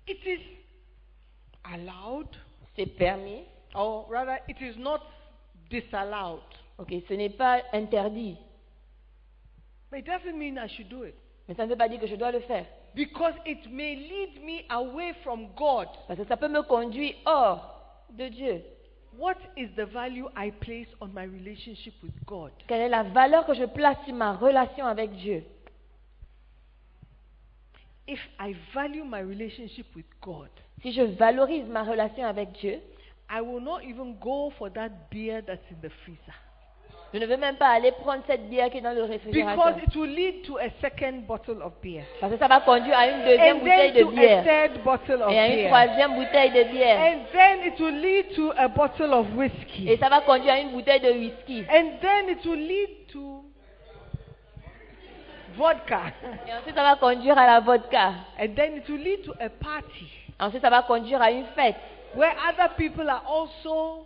Speaker 5: it is allowed
Speaker 3: C'est permis.
Speaker 5: or rather it is not disallowed
Speaker 3: Ok, ce n'est pas interdit.
Speaker 5: but it doesn't mean i should do it
Speaker 3: Mais ça ne veut pas dire que je dois le faire.
Speaker 5: because it may lead me away from god
Speaker 3: Parce que ça peut me conduire hors de Dieu.
Speaker 5: What is the value I place on my relationship with God?
Speaker 3: Quelle est la valeur que je place sur ma relation avec Dieu
Speaker 5: If I value my relationship with God,
Speaker 3: Si je valorise ma relation avec Dieu,
Speaker 5: I will not even go for that beer that's in the freezer
Speaker 3: je ne veux même pas aller prendre cette bière qui est dans le
Speaker 5: because
Speaker 3: réfrigérateur.
Speaker 5: it will lead to a second bottle of beer
Speaker 3: Parce que ça va conduire à une deuxième
Speaker 5: and
Speaker 3: bouteille
Speaker 5: then
Speaker 3: de
Speaker 5: to a
Speaker 3: bière
Speaker 5: third bottle of
Speaker 3: et à une
Speaker 5: beer
Speaker 3: troisième bouteille de bière.
Speaker 5: and then it will lead to a bottle of
Speaker 3: Et
Speaker 5: whiskey
Speaker 3: ça va conduire à une bouteille de whisky.
Speaker 5: and then it will lead to vodka [LAUGHS]
Speaker 3: Et ensuite, ça va conduire à la vodka.
Speaker 5: and then it will lead to a party
Speaker 3: Ensuite, ça va conduire à une fête
Speaker 5: where other people are also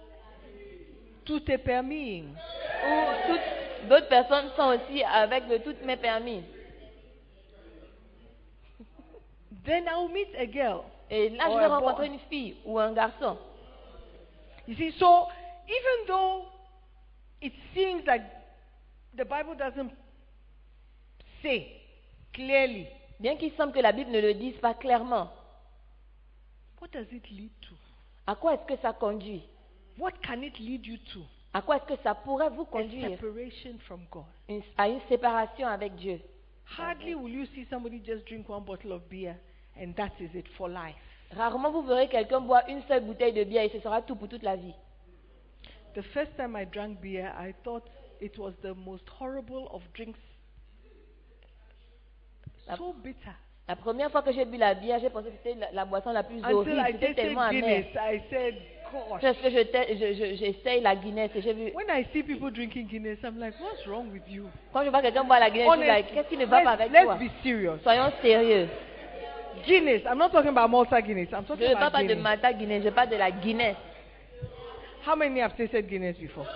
Speaker 5: tout est permis.
Speaker 3: où toutes- d'autres personnes sont aussi avec le toutes mes permis.
Speaker 5: Then I will meet a girl.
Speaker 3: Et là, je
Speaker 5: Or
Speaker 3: vais
Speaker 5: a boy.
Speaker 3: rencontrer une fille ou un garçon.
Speaker 5: You see, so even though it seems like the Bible doesn't say clearly,
Speaker 3: Bien qu'il semble que la Bible ne le dise pas clairement,
Speaker 5: what does it lead to?
Speaker 3: à quoi est-ce que ça conduit
Speaker 5: What can it lead you to?
Speaker 3: À quoi est-ce que ça pourrait vous
Speaker 5: A
Speaker 3: conduire
Speaker 5: separation from God.
Speaker 3: Une- à une séparation avec Dieu
Speaker 5: Hardly will you see somebody just drink one bottle of beer and that is it for life.
Speaker 3: Rarement vous verrez quelqu'un boire une seule bouteille de bière et ce sera tout pour toute la vie.
Speaker 5: The first time I drank beer, I thought it was the most horrible of drinks. So bitter.
Speaker 3: La première fois que j'ai bu la bière, j'ai pensé que c'était la, la boisson la plus
Speaker 5: Until
Speaker 3: horrible.
Speaker 5: I
Speaker 3: C'était
Speaker 5: tasted
Speaker 3: tellement amer.
Speaker 5: Guinness, I said, gosh.
Speaker 3: Parce que je t'ai- je- je- j'essaye la Guinness et j'ai vu.
Speaker 5: When I see people drinking Guinness, I'm like, what's wrong with you?
Speaker 3: Quand je vois quelqu'un boire la Guinness, je suis
Speaker 5: Honestly,
Speaker 3: like, qu'est-ce qui ne va pas
Speaker 5: let's,
Speaker 3: avec toi
Speaker 5: let's be serious.
Speaker 3: Soyons sérieux.
Speaker 5: Guinness, I'm not talking about Malta Guinness. I'm
Speaker 3: Je
Speaker 5: talking
Speaker 3: ne parle
Speaker 5: about
Speaker 3: pas de
Speaker 5: Guinness.
Speaker 3: Mata Guinness, je parle de la Guinness.
Speaker 5: How many have tasted Guinness before?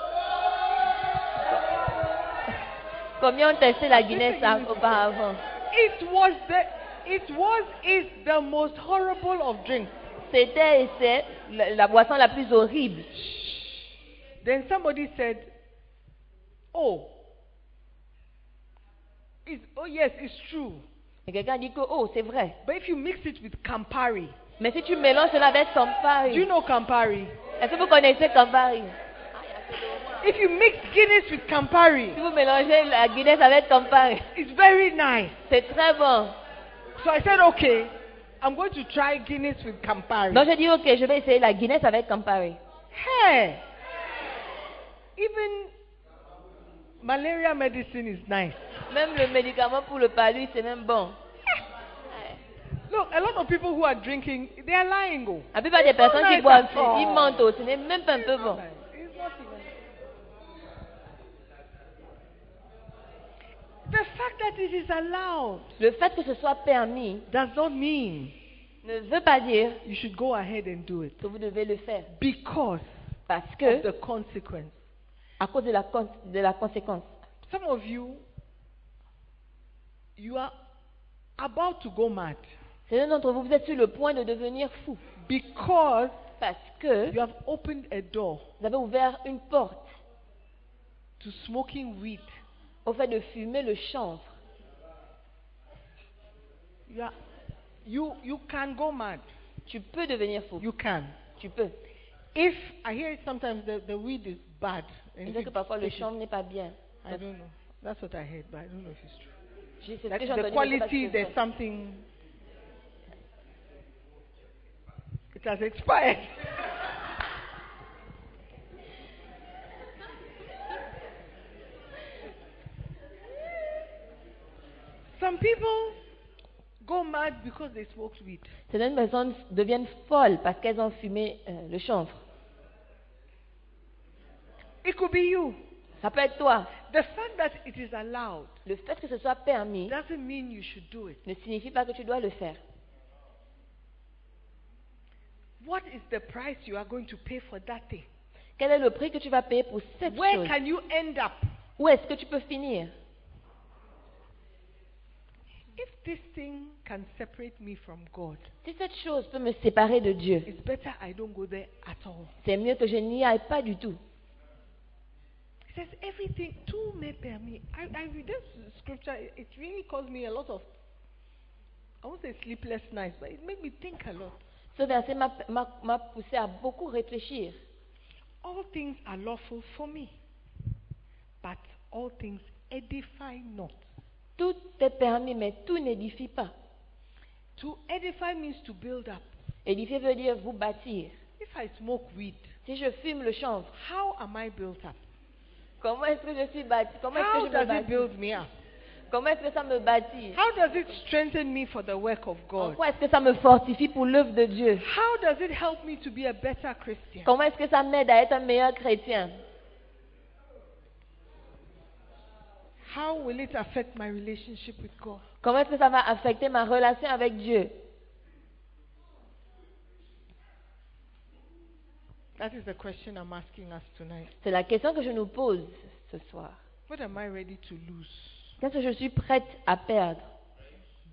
Speaker 3: Combien ont testé la Guinness
Speaker 5: Tasted Guinness
Speaker 3: auparavant
Speaker 5: It was the, it was, is the most horrible of drinks.
Speaker 3: C'était et c'est la, la boisson la plus horrible.
Speaker 5: Then somebody said, Oh, it's, oh yes, it's true.
Speaker 3: Et quelqu'un dit que, oh, c'est vrai.
Speaker 5: But if you mix it with Campari,
Speaker 3: Mais si tu mélanges cela avec Campari,
Speaker 5: do you know Campari?
Speaker 3: est-ce que vous connaissez Campari
Speaker 5: If you mix Guinness with
Speaker 3: Si
Speaker 5: Campari,
Speaker 3: vous mélangez la Guinness avec Campari,
Speaker 5: it's very nice.
Speaker 3: c'est très bon.
Speaker 5: So I said, Okay, I'm going to try Guinness with Campari.
Speaker 3: Donc je dis, ok, je vais essayer la Guinness avec Campari.
Speaker 5: Hey, even malaria medicine is nice.
Speaker 3: Même le médicament pour le palu, c'est même bon.
Speaker 5: Look, a lot of people who are drinking, they are lying. Oh.
Speaker 3: La plupart des personnes qui
Speaker 5: nice
Speaker 3: boivent,
Speaker 5: at all.
Speaker 3: ils mentent, oh, ce n'est même pas un peu bon.
Speaker 5: It's not even- The fact that it is allowed
Speaker 3: Le fait que ce soit permis
Speaker 5: does not mean
Speaker 3: ne veut pas dire
Speaker 5: you should go ahead and do it
Speaker 3: que vous devez le faire.
Speaker 5: because
Speaker 3: Parce
Speaker 5: of
Speaker 3: que,
Speaker 5: the consequence.
Speaker 3: à cause de la, cons- de la conséquence,
Speaker 5: Some of you, you are about to go mad
Speaker 3: certains d'entre vous, vous êtes sur le point de devenir fou.
Speaker 5: because
Speaker 3: Parce que
Speaker 5: you have opened a door
Speaker 3: vous avez ouvert une porte
Speaker 5: to smoking weed.
Speaker 3: au fait de fumer le chanvre.
Speaker 5: You, are, you, you can go mad.
Speaker 3: Tu peux devenir fou.
Speaker 5: You can.
Speaker 3: Tu peux.
Speaker 5: If I hear it sometimes the, the weed is bad.
Speaker 3: Je
Speaker 5: and
Speaker 3: sais
Speaker 5: if
Speaker 3: que
Speaker 5: it-
Speaker 3: parfois le
Speaker 5: it is-
Speaker 3: chanvre n'est pas bien.
Speaker 5: I don't know. That's what I heard, but I don't know if it's true.
Speaker 3: Je sais
Speaker 5: That
Speaker 3: que j'ai entendu, mais je sais
Speaker 5: the
Speaker 3: pas si
Speaker 5: quality,
Speaker 3: c'est
Speaker 5: there's
Speaker 3: vrai.
Speaker 5: something. It has expired. [LAUGHS] Some people go mad because they smoked weed.
Speaker 3: Certaines personnes deviennent folles parce qu'elles ont fumé euh, le chanvre.
Speaker 5: It could be you.
Speaker 3: Ça peut être toi.
Speaker 5: The fact that it is allowed
Speaker 3: Le fait que ce soit permis
Speaker 5: doesn't mean you should do it.
Speaker 3: ne signifie pas que tu dois le faire.
Speaker 5: What is the price you are going to pay for that thing?
Speaker 3: Quel est le prix que tu vas payer pour cette
Speaker 5: Where
Speaker 3: chose
Speaker 5: can you end up?
Speaker 3: Où est-ce que tu peux finir
Speaker 5: If this thing can separate me from God,
Speaker 3: Si cette chose peut me séparer de Dieu,
Speaker 5: it's better I don't go there at all.
Speaker 3: c'est mieux que je n'y aille pas du tout.
Speaker 5: It says everything, tout me permis. I, I read this scripture, it it really caused me a lot of, I won't say sleepless nights, but it made me think a lot.
Speaker 3: Ce verset m'a- m'a m'a poussé à beaucoup réfléchir.
Speaker 5: All things are lawful for me, but all things edify not.
Speaker 3: Tout est permis, mais tout n'édifie pas.
Speaker 5: To edify means to build up.
Speaker 3: Édifier veut dire vous bâtir.
Speaker 5: If I smoke weed,
Speaker 3: Si je fume le chanvre,
Speaker 5: how am I built up?
Speaker 3: comment est-ce que je suis bâti Comment est-ce
Speaker 5: How
Speaker 3: que je me
Speaker 5: does it
Speaker 3: bâtis
Speaker 5: build me up?
Speaker 3: Comment est-ce que ça me bâtit
Speaker 5: How does it strengthen me for the work of
Speaker 3: En
Speaker 5: God?
Speaker 3: quoi est-ce que ça me fortifie pour l'œuvre de Dieu
Speaker 5: How does it help me to be a better Christian?
Speaker 3: Comment est-ce que ça m'aide à être un meilleur chrétien
Speaker 5: How will it affect my relationship with God?
Speaker 3: Comment est-ce que ça va affecter ma relation avec Dieu
Speaker 5: That is the question I'm asking us tonight.
Speaker 3: C'est la question que je nous pose ce soir.
Speaker 5: What am I ready to lose
Speaker 3: Qu'est-ce que je suis prête à perdre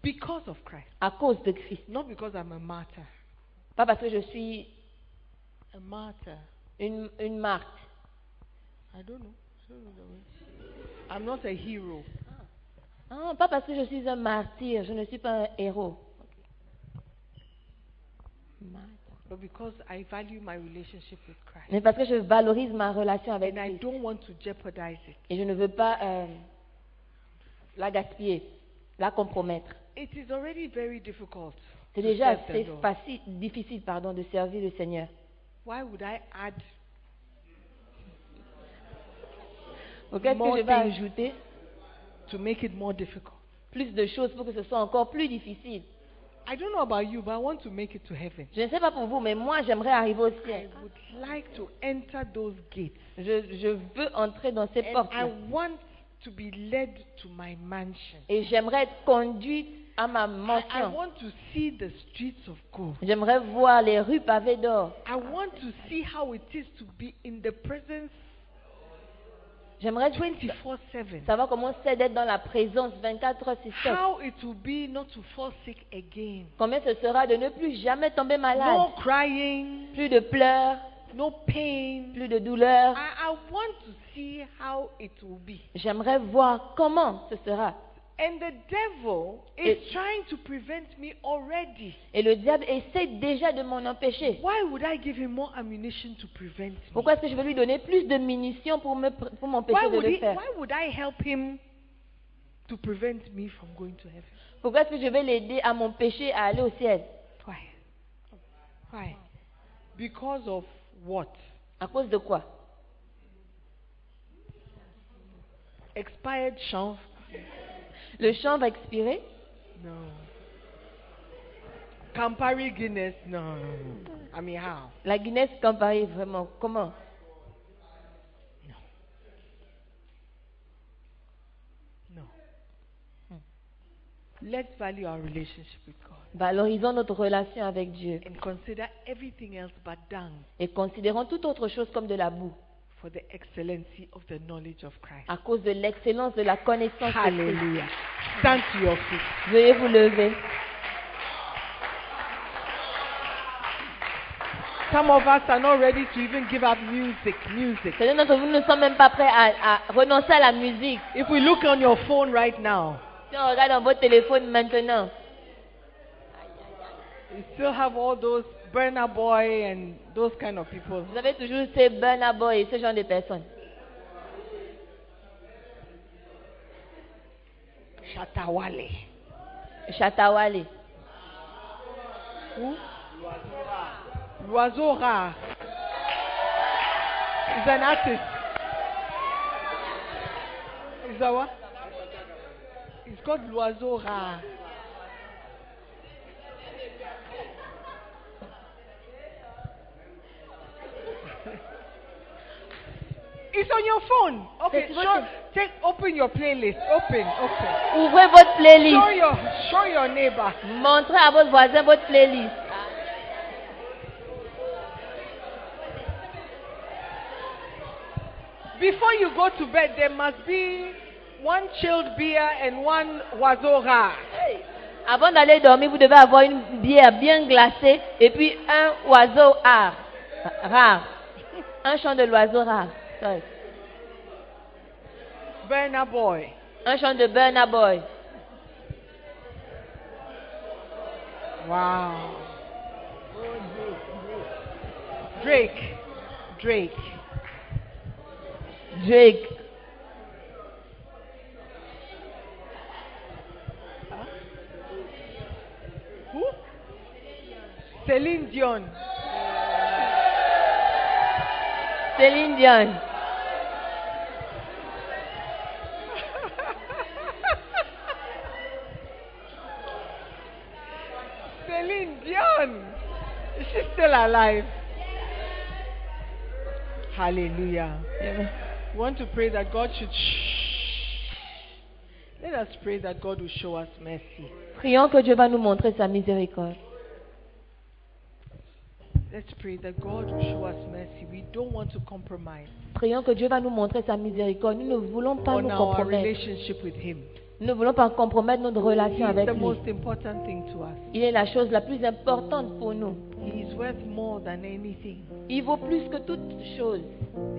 Speaker 5: because of Christ,
Speaker 3: à cause de Christ.
Speaker 5: not because I'm a martyr.
Speaker 3: Pas parce que je suis
Speaker 5: A martyr,
Speaker 3: une, une marthe.
Speaker 5: I don't know. I don't know the word. I'm not a hero.
Speaker 3: Ah, pas parce que je suis un martyr, je ne suis pas un héros. Marthe.
Speaker 5: But because I value my relationship with Christ.
Speaker 3: Mais parce que je valorise ma relation avec
Speaker 5: And I
Speaker 3: Christ
Speaker 5: don't want to jeopardize it.
Speaker 3: et je ne veux pas euh, la gaspiller, la compromettre.
Speaker 5: It is already very difficult.
Speaker 3: C'est
Speaker 5: to
Speaker 3: déjà
Speaker 5: serve the
Speaker 3: assez
Speaker 5: Lord.
Speaker 3: facile, difficile pardon, de servir le Seigneur.
Speaker 5: Why would I add
Speaker 3: Qu'est-ce
Speaker 5: More
Speaker 3: que je vais
Speaker 5: things.
Speaker 3: ajouter
Speaker 5: to make it more difficult?
Speaker 3: plus de choses pour que ce soit encore plus difficile
Speaker 5: I don't know about you, but I want to make it to heaven.
Speaker 3: Je ne sais pas pour vous, mais moi j'aimerais arriver au
Speaker 5: I
Speaker 3: ciel.
Speaker 5: would like to enter those gates.
Speaker 3: Je, je veux entrer dans ces
Speaker 5: And
Speaker 3: portes
Speaker 5: I want to be led to my mansion.
Speaker 3: et j'aimerais être conduite à ma
Speaker 5: I, I
Speaker 3: mention.
Speaker 5: want to see the streets of gold.
Speaker 3: J'aimerais voir les rues pavées d'or.
Speaker 5: I want to see how it is to be in the presence
Speaker 3: J'aimerais
Speaker 5: 24 7.
Speaker 3: savoir comment c'est d'être dans la présence 24 heures sur 7.
Speaker 5: How it will be not to fall sick again.
Speaker 3: Combien ce sera de ne plus jamais tomber malade.
Speaker 5: No crying,
Speaker 3: Plus de pleurs,
Speaker 5: no pain.
Speaker 3: plus de douleurs.
Speaker 5: I, I want to see how it will be.
Speaker 3: J'aimerais voir comment ce sera.
Speaker 5: And the devil is trying to prevent me already.
Speaker 3: Et le diable essaie déjà de m'en empêcher.
Speaker 5: Why would I give him more ammunition to prevent me?
Speaker 3: Pourquoi est-ce que je vais lui donner plus de munitions pour me pr- pour
Speaker 5: Why
Speaker 3: m'empêcher de
Speaker 5: would,
Speaker 3: le
Speaker 5: he,
Speaker 3: faire
Speaker 5: why would I help him to prevent me from going to heaven?
Speaker 3: Pourquoi est-ce que je vais l'aider à m'empêcher à aller au ciel
Speaker 5: Why? Why? Because of what?
Speaker 3: À cause de quoi
Speaker 5: Expired chance?
Speaker 3: Le champ va expirer
Speaker 5: No. Campari Guinness? No. I mean, how?
Speaker 3: La Guinness Campari, vraiment, comment
Speaker 5: No. Hmm. Let's value our relationship with God
Speaker 3: Valorisons notre relation avec Dieu
Speaker 5: and consider everything else but dung
Speaker 3: et considérons toute autre chose comme de la boue
Speaker 5: for the excellency of the knowledge of Christ.
Speaker 3: à cause de l'excellence de la connaissance. de Christ.
Speaker 5: Hallelujah. Stand to your feet.
Speaker 3: Veuillez vous lever.
Speaker 5: Some of us are not ready to even give up music. Music.
Speaker 3: Certains d'entre vous ne sont même pas prêts à, à renoncer à la musique.
Speaker 5: If we look on your phone right now,
Speaker 3: Si on regarde dans votre téléphone maintenant,
Speaker 5: you still have all those burner boy and those kind of people.
Speaker 3: vous avez toujours ces burn boys et ce genre de personnes.
Speaker 5: Shatawale.
Speaker 3: Chatawale,
Speaker 5: Who? Ruazora. He's an artist. Is that what? He's called Luazora. It's on your phone. Okay,
Speaker 3: It's
Speaker 5: show,
Speaker 3: working.
Speaker 5: take, open your playlist. Open, open.
Speaker 3: Ouvrez votre
Speaker 5: Show
Speaker 3: playlist.
Speaker 5: your, show your neighbor.
Speaker 3: Montrez à votre voisin votre playlist.
Speaker 5: Before you go to bed, there must be one chilled beer and one wazora.
Speaker 3: Avant d'aller dormir, vous devez avoir une bière bien glacée et puis un oiseau rare. rare. Un chant de l'oiseau rare. Sorry.
Speaker 5: Burner boy.
Speaker 3: Un chant de Burna Boy.
Speaker 5: Wow. Drake. Drake.
Speaker 3: Drake.
Speaker 5: Who? Celine Dion.
Speaker 3: Céline Dion.
Speaker 5: Celine Dion. Is she still alive? Hallelujah. We want to pray that God should. Let us pray that God will show us mercy.
Speaker 3: Prions que Dieu va nous montrer sa miséricorde.
Speaker 5: Let's pray that God will show us mercy. We don't want to compromise
Speaker 3: Prions que Dieu va nous montrer sa miséricorde. Nous ne voulons pas
Speaker 5: on
Speaker 3: nous
Speaker 5: our
Speaker 3: compromettre
Speaker 5: relationship with Him.
Speaker 3: Nous ne voulons pas compromettre notre
Speaker 5: He
Speaker 3: relation
Speaker 5: is
Speaker 3: avec
Speaker 5: the
Speaker 3: lui.
Speaker 5: most important thing to us.
Speaker 3: Il est la chose la plus importante pour nous.
Speaker 5: He is worth more than anything.
Speaker 3: Il vaut plus que toute chose.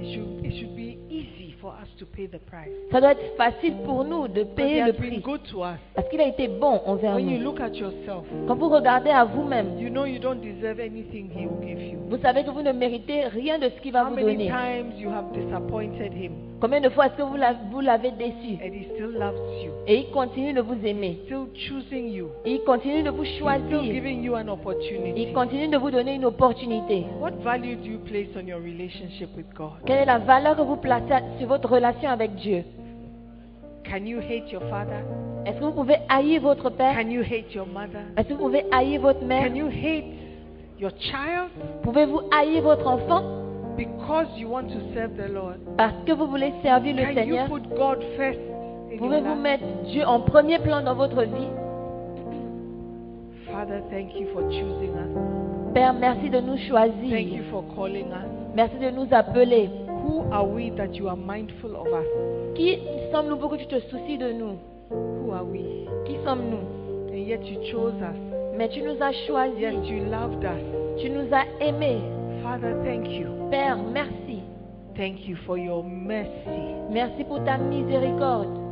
Speaker 5: It should, it should be easy for us to pay the price.
Speaker 3: Ça doit être facile pour nous de
Speaker 5: But he
Speaker 3: payer le
Speaker 5: has been
Speaker 3: prix.
Speaker 5: good to us.
Speaker 3: Parce qu'il a été bon envers
Speaker 5: When you
Speaker 3: nous.
Speaker 5: look at yourself,
Speaker 3: Quand vous regardez à vous-même,
Speaker 5: you know you don't deserve anything He will give you.
Speaker 3: vous savez que vous ne méritez rien de ce qu'il va
Speaker 5: How
Speaker 3: vous
Speaker 5: many
Speaker 3: donner.
Speaker 5: times you have disappointed Him
Speaker 3: Combien de fois est-ce que vous l'a- vous l'avez déçu
Speaker 5: and He still loves you,
Speaker 3: Et il continue de vous aimer.
Speaker 5: still choosing you,
Speaker 3: Il continue de vous
Speaker 5: still
Speaker 3: choisir.
Speaker 5: giving you an
Speaker 3: Il
Speaker 5: opportunity.
Speaker 3: continue de vous donner une opportunité.
Speaker 5: What value do you place on your relationship with God?
Speaker 3: Quelle est la valeur que vous placez à- sur votre relation avec Dieu
Speaker 5: Can you hate your father?
Speaker 3: Est-ce que vous pouvez haïr votre père
Speaker 5: Can you hate your mother?
Speaker 3: Est-ce que vous pouvez haïr votre mère
Speaker 5: Can you hate your child
Speaker 3: Pouvez-vous haïr votre enfant
Speaker 5: because you want to serve the Lord?
Speaker 3: parce que vous voulez servir le
Speaker 5: Can you
Speaker 3: Seigneur
Speaker 5: put God first in your
Speaker 3: Pouvez-vous
Speaker 5: life?
Speaker 3: mettre Dieu en premier plan dans votre vie
Speaker 5: Father, thank you for choosing us.
Speaker 3: Père, merci de nous
Speaker 5: Thank
Speaker 3: choisir.
Speaker 5: you for calling us.
Speaker 3: Merci de nous appeler.
Speaker 5: Who are we that you are mindful of us?
Speaker 3: Qui sommes-nous pour que tu te soucies de nous
Speaker 5: Who are we?
Speaker 3: Qui sommes-nous
Speaker 5: And yet you chose us.
Speaker 3: Mais tu nous as choisis.
Speaker 5: Yes, you loved us.
Speaker 3: Tu nous as aimés.
Speaker 5: Father, thank you.
Speaker 3: Père, merci.
Speaker 5: Thank you for your mercy.
Speaker 3: Merci pour ta miséricorde.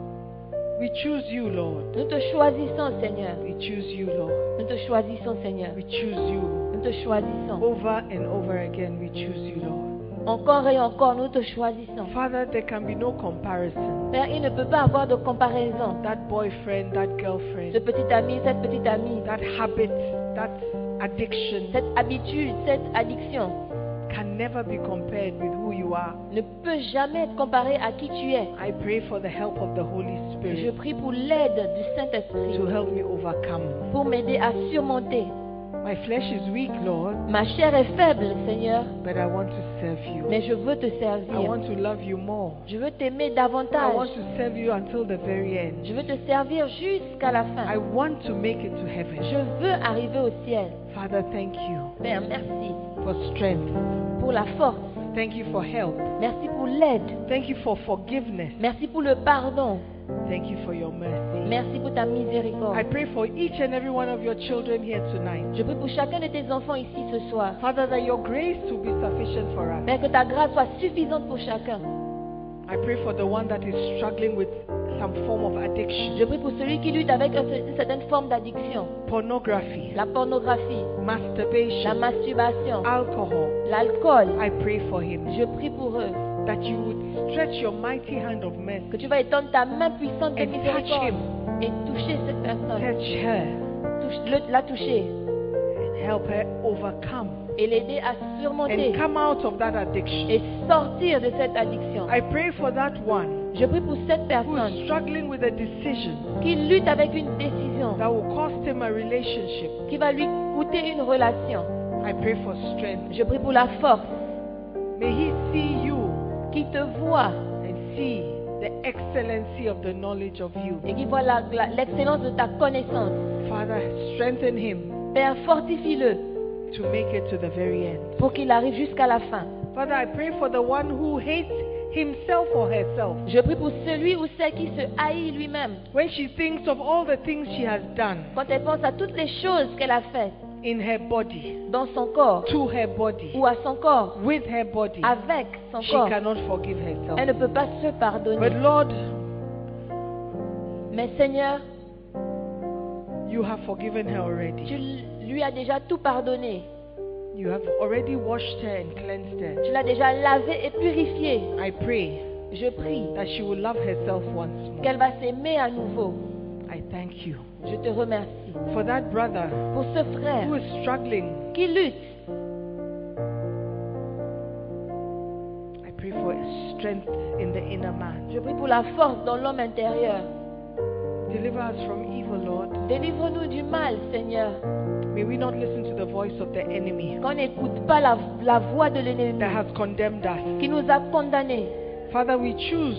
Speaker 5: We choose you, Lord.
Speaker 3: Nous te choisissons, Seigneur.
Speaker 5: We choose you, Lord.
Speaker 3: Nous te choisissons, Seigneur.
Speaker 5: We choose you.
Speaker 3: Nous te choisissons.
Speaker 5: Over and over again, we choose you, Lord.
Speaker 3: Encore et encore, nous te choisissons.
Speaker 5: Father, there can be no comparison.
Speaker 3: Père, il ne peut pas avoir de comparaison.
Speaker 5: That boyfriend, that
Speaker 3: Ce
Speaker 5: girlfriend,
Speaker 3: petit ami, cette petite amie,
Speaker 5: that habit, that addiction
Speaker 3: cette habitude, cette addiction
Speaker 5: can never be compared with who you are.
Speaker 3: ne peut jamais être comparée à qui tu es.
Speaker 5: I pray for the help of the Holy
Speaker 3: Je
Speaker 5: Spirit
Speaker 3: prie pour l'aide du Saint-Esprit
Speaker 5: to help me overcome.
Speaker 3: pour m'aider à surmonter.
Speaker 5: My flesh is weak, Lord,
Speaker 3: Ma chair est faible, Seigneur,
Speaker 5: but I want to serve you.
Speaker 3: mais je veux te
Speaker 5: I
Speaker 3: servir.
Speaker 5: want to love you more.
Speaker 3: Je veux t'aimer
Speaker 5: I want
Speaker 3: davantage.
Speaker 5: to serve you until the very end.
Speaker 3: Je veux te servir jusqu'à la
Speaker 5: I
Speaker 3: fin.
Speaker 5: want to make it to heaven.
Speaker 3: Je veux arriver au ciel.
Speaker 5: Father, thank you
Speaker 3: Père, merci
Speaker 5: for strength.
Speaker 3: pour la force.
Speaker 5: Thank you for help.
Speaker 3: Merci pour l'aide.
Speaker 5: Thank you for forgiveness.
Speaker 3: Merci pour le pardon.
Speaker 5: Thank you for your mercy.
Speaker 3: Merci pour ta
Speaker 5: I
Speaker 3: miséricorde.
Speaker 5: pray for each and every one of your children here tonight.
Speaker 3: Je prie pour chacun de tes enfants ici ce soir.
Speaker 5: Father, that your grace will be sufficient for us.
Speaker 3: Père, que ta grâce soit suffisante pour chacun.
Speaker 5: I pray for the one that is struggling with some form of addiction,
Speaker 3: Je prie pour celui qui lutte avec un- une certaine forme d'addiction,
Speaker 5: pornography,
Speaker 3: la pornographie, la
Speaker 5: masturbation,
Speaker 3: masturbation,
Speaker 5: Ah. alcohol.
Speaker 3: l'alcool.
Speaker 5: I pray for him.
Speaker 3: Je prie pour eux
Speaker 5: that you would stretch your mighty hand of mercy,
Speaker 3: que tu vas étendre ta main puissante de
Speaker 5: And touch
Speaker 3: miséricorde et toucher cette personne,
Speaker 5: touch her,
Speaker 3: Touche- le- la toucher
Speaker 5: and help her overcome
Speaker 3: et l'aider à surmonter
Speaker 5: and come out of that addiction.
Speaker 3: et sortir de cette addiction.
Speaker 5: I pray for that one
Speaker 3: Je prie pour cette
Speaker 5: who is
Speaker 3: personne
Speaker 5: struggling with a decision
Speaker 3: qui lutte avec une décision
Speaker 5: that will cost him a relationship.
Speaker 3: qui va lui coûter une relation.
Speaker 5: I pray for strength.
Speaker 3: Je prie pour la force
Speaker 5: May he see you
Speaker 3: qui te voit
Speaker 5: and see the excellency of the knowledge of you.
Speaker 3: et qui voit la- la- l'excellence de ta connaissance.
Speaker 5: Father, strengthen him
Speaker 3: Père, fortifie-le
Speaker 5: to make it to the very end.
Speaker 3: pour qu'il arrive jusqu'à la fin.
Speaker 5: Father, I pray for the one who hates himself or herself.
Speaker 3: Je prie pour celui ou celle qui se haït lui-même
Speaker 5: When she thinks of all the things she has done,
Speaker 3: quand elle pense à toutes les choses qu'elle a faites
Speaker 5: in her body,
Speaker 3: dans son corps
Speaker 5: to her body,
Speaker 3: ou à son corps,
Speaker 5: with her body,
Speaker 3: avec son
Speaker 5: she
Speaker 3: corps.
Speaker 5: cannot forgive
Speaker 3: Elle
Speaker 5: herself.
Speaker 3: ne peut pas se
Speaker 5: But
Speaker 3: pardonner.
Speaker 5: Lord,
Speaker 3: Mais Seigneur,
Speaker 5: you have forgiven her
Speaker 3: tu
Speaker 5: already.
Speaker 3: lui as déjà tout pardonné.
Speaker 5: You have already washed her and cleansed her.
Speaker 3: Tu l'as déjà lavé et purifié.
Speaker 5: I pray
Speaker 3: Je prie
Speaker 5: that she will love herself once more.
Speaker 3: qu'elle va s'aimer à nouveau.
Speaker 5: I thank you
Speaker 3: Je te remercie
Speaker 5: for that brother
Speaker 3: pour ce frère
Speaker 5: who is struggling.
Speaker 3: qui lutte.
Speaker 5: I pray for strength in the inner man.
Speaker 3: Je prie pour la force dans l'homme intérieur.
Speaker 5: Deliver us from evil, Lord.
Speaker 3: Délivre-nous du mal, Seigneur.
Speaker 5: May we not listen to the voice of the enemy
Speaker 3: Qu'on n'écoute pas la, la voix de l'ennemi
Speaker 5: that has condemned us.
Speaker 3: qui nous a condamnés.
Speaker 5: Father, we choose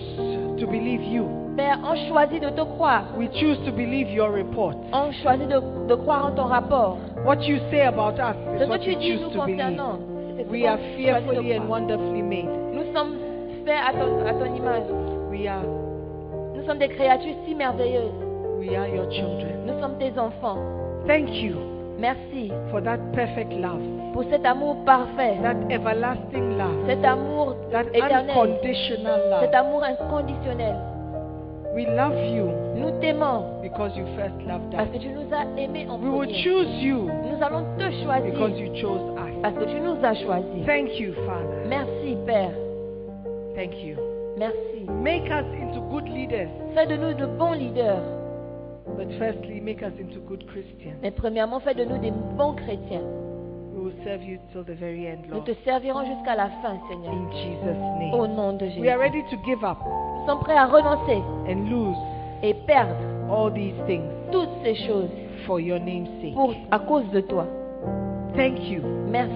Speaker 5: to believe you.
Speaker 3: Père, on choisit de te croire.
Speaker 5: We choose to believe your report.
Speaker 3: On choisit de, de croire en ton rapport.
Speaker 5: What you say about us
Speaker 3: Ce
Speaker 5: is
Speaker 3: que
Speaker 5: what you
Speaker 3: tu dis
Speaker 5: choose
Speaker 3: nous
Speaker 5: to
Speaker 3: concernant.
Speaker 5: believe.
Speaker 3: c'est ce
Speaker 5: We
Speaker 3: qu'on
Speaker 5: are
Speaker 3: choisit de
Speaker 5: fearfully and
Speaker 3: croire.
Speaker 5: wonderfully made.
Speaker 3: Nous sommes faits à ton, à ton image.
Speaker 5: We are
Speaker 3: Nous Nous sommes des créatures si merveilleuses.
Speaker 5: We are your children.
Speaker 3: Nous sommes tes enfants.
Speaker 5: Thank you
Speaker 3: Merci
Speaker 5: for that perfect love,
Speaker 3: pour cet amour parfait,
Speaker 5: that everlasting love,
Speaker 3: cet amour
Speaker 5: that
Speaker 3: éternel,
Speaker 5: unconditional
Speaker 3: cet
Speaker 5: love.
Speaker 3: amour inconditionnel.
Speaker 5: We love you
Speaker 3: Nous t'aimons
Speaker 5: because you first loved
Speaker 3: parce que
Speaker 5: us.
Speaker 3: tu nous as aimés en
Speaker 5: We will
Speaker 3: premier.
Speaker 5: choose you
Speaker 3: Nous allons te
Speaker 5: because
Speaker 3: choisir
Speaker 5: you chose us.
Speaker 3: parce que tu nous as choisis.
Speaker 5: Thank you, Father.
Speaker 3: Merci Père.
Speaker 5: Thank you.
Speaker 3: Merci.
Speaker 5: Make us into good leaders,
Speaker 3: Fais de nous de bons leaders.
Speaker 5: but firstly, make us into good Christians.
Speaker 3: Mais premièrement, fais de nous des bons chrétiens.
Speaker 5: We will serve you till the very end,
Speaker 3: Nous
Speaker 5: Lord.
Speaker 3: te servirons jusqu'à la fin, Seigneur.
Speaker 5: In Jesus'
Speaker 3: Au
Speaker 5: name.
Speaker 3: nom de
Speaker 5: We
Speaker 3: Jésus.
Speaker 5: are ready to give up
Speaker 3: Nous sommes prêts à renoncer
Speaker 5: and lose
Speaker 3: et perdre
Speaker 5: all these things
Speaker 3: toutes ces choses
Speaker 5: for your name's sake.
Speaker 3: pour, à cause de toi.
Speaker 5: Oh, Thank you.
Speaker 3: Merci.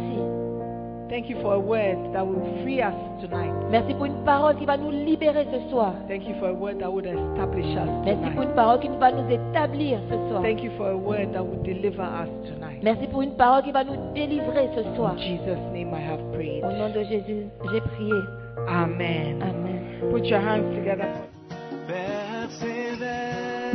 Speaker 5: Thank you for a word that will free us tonight.
Speaker 3: Merci pour une parole qui va nous libérer ce soir.
Speaker 5: Thank you for a word that would establish us
Speaker 3: Merci pour
Speaker 5: tonight.
Speaker 3: une parole qui va nous établir ce soir.
Speaker 5: Thank you for a word that would deliver us tonight.
Speaker 3: Merci pour une parole qui va nous délivrer ce soir.
Speaker 5: In Jesus' name I have prayed.
Speaker 3: Au nom de Jésus, j'ai prié.
Speaker 5: Oh, Amen.
Speaker 3: Amen.
Speaker 5: Put your hands together.
Speaker 1: Père sévère,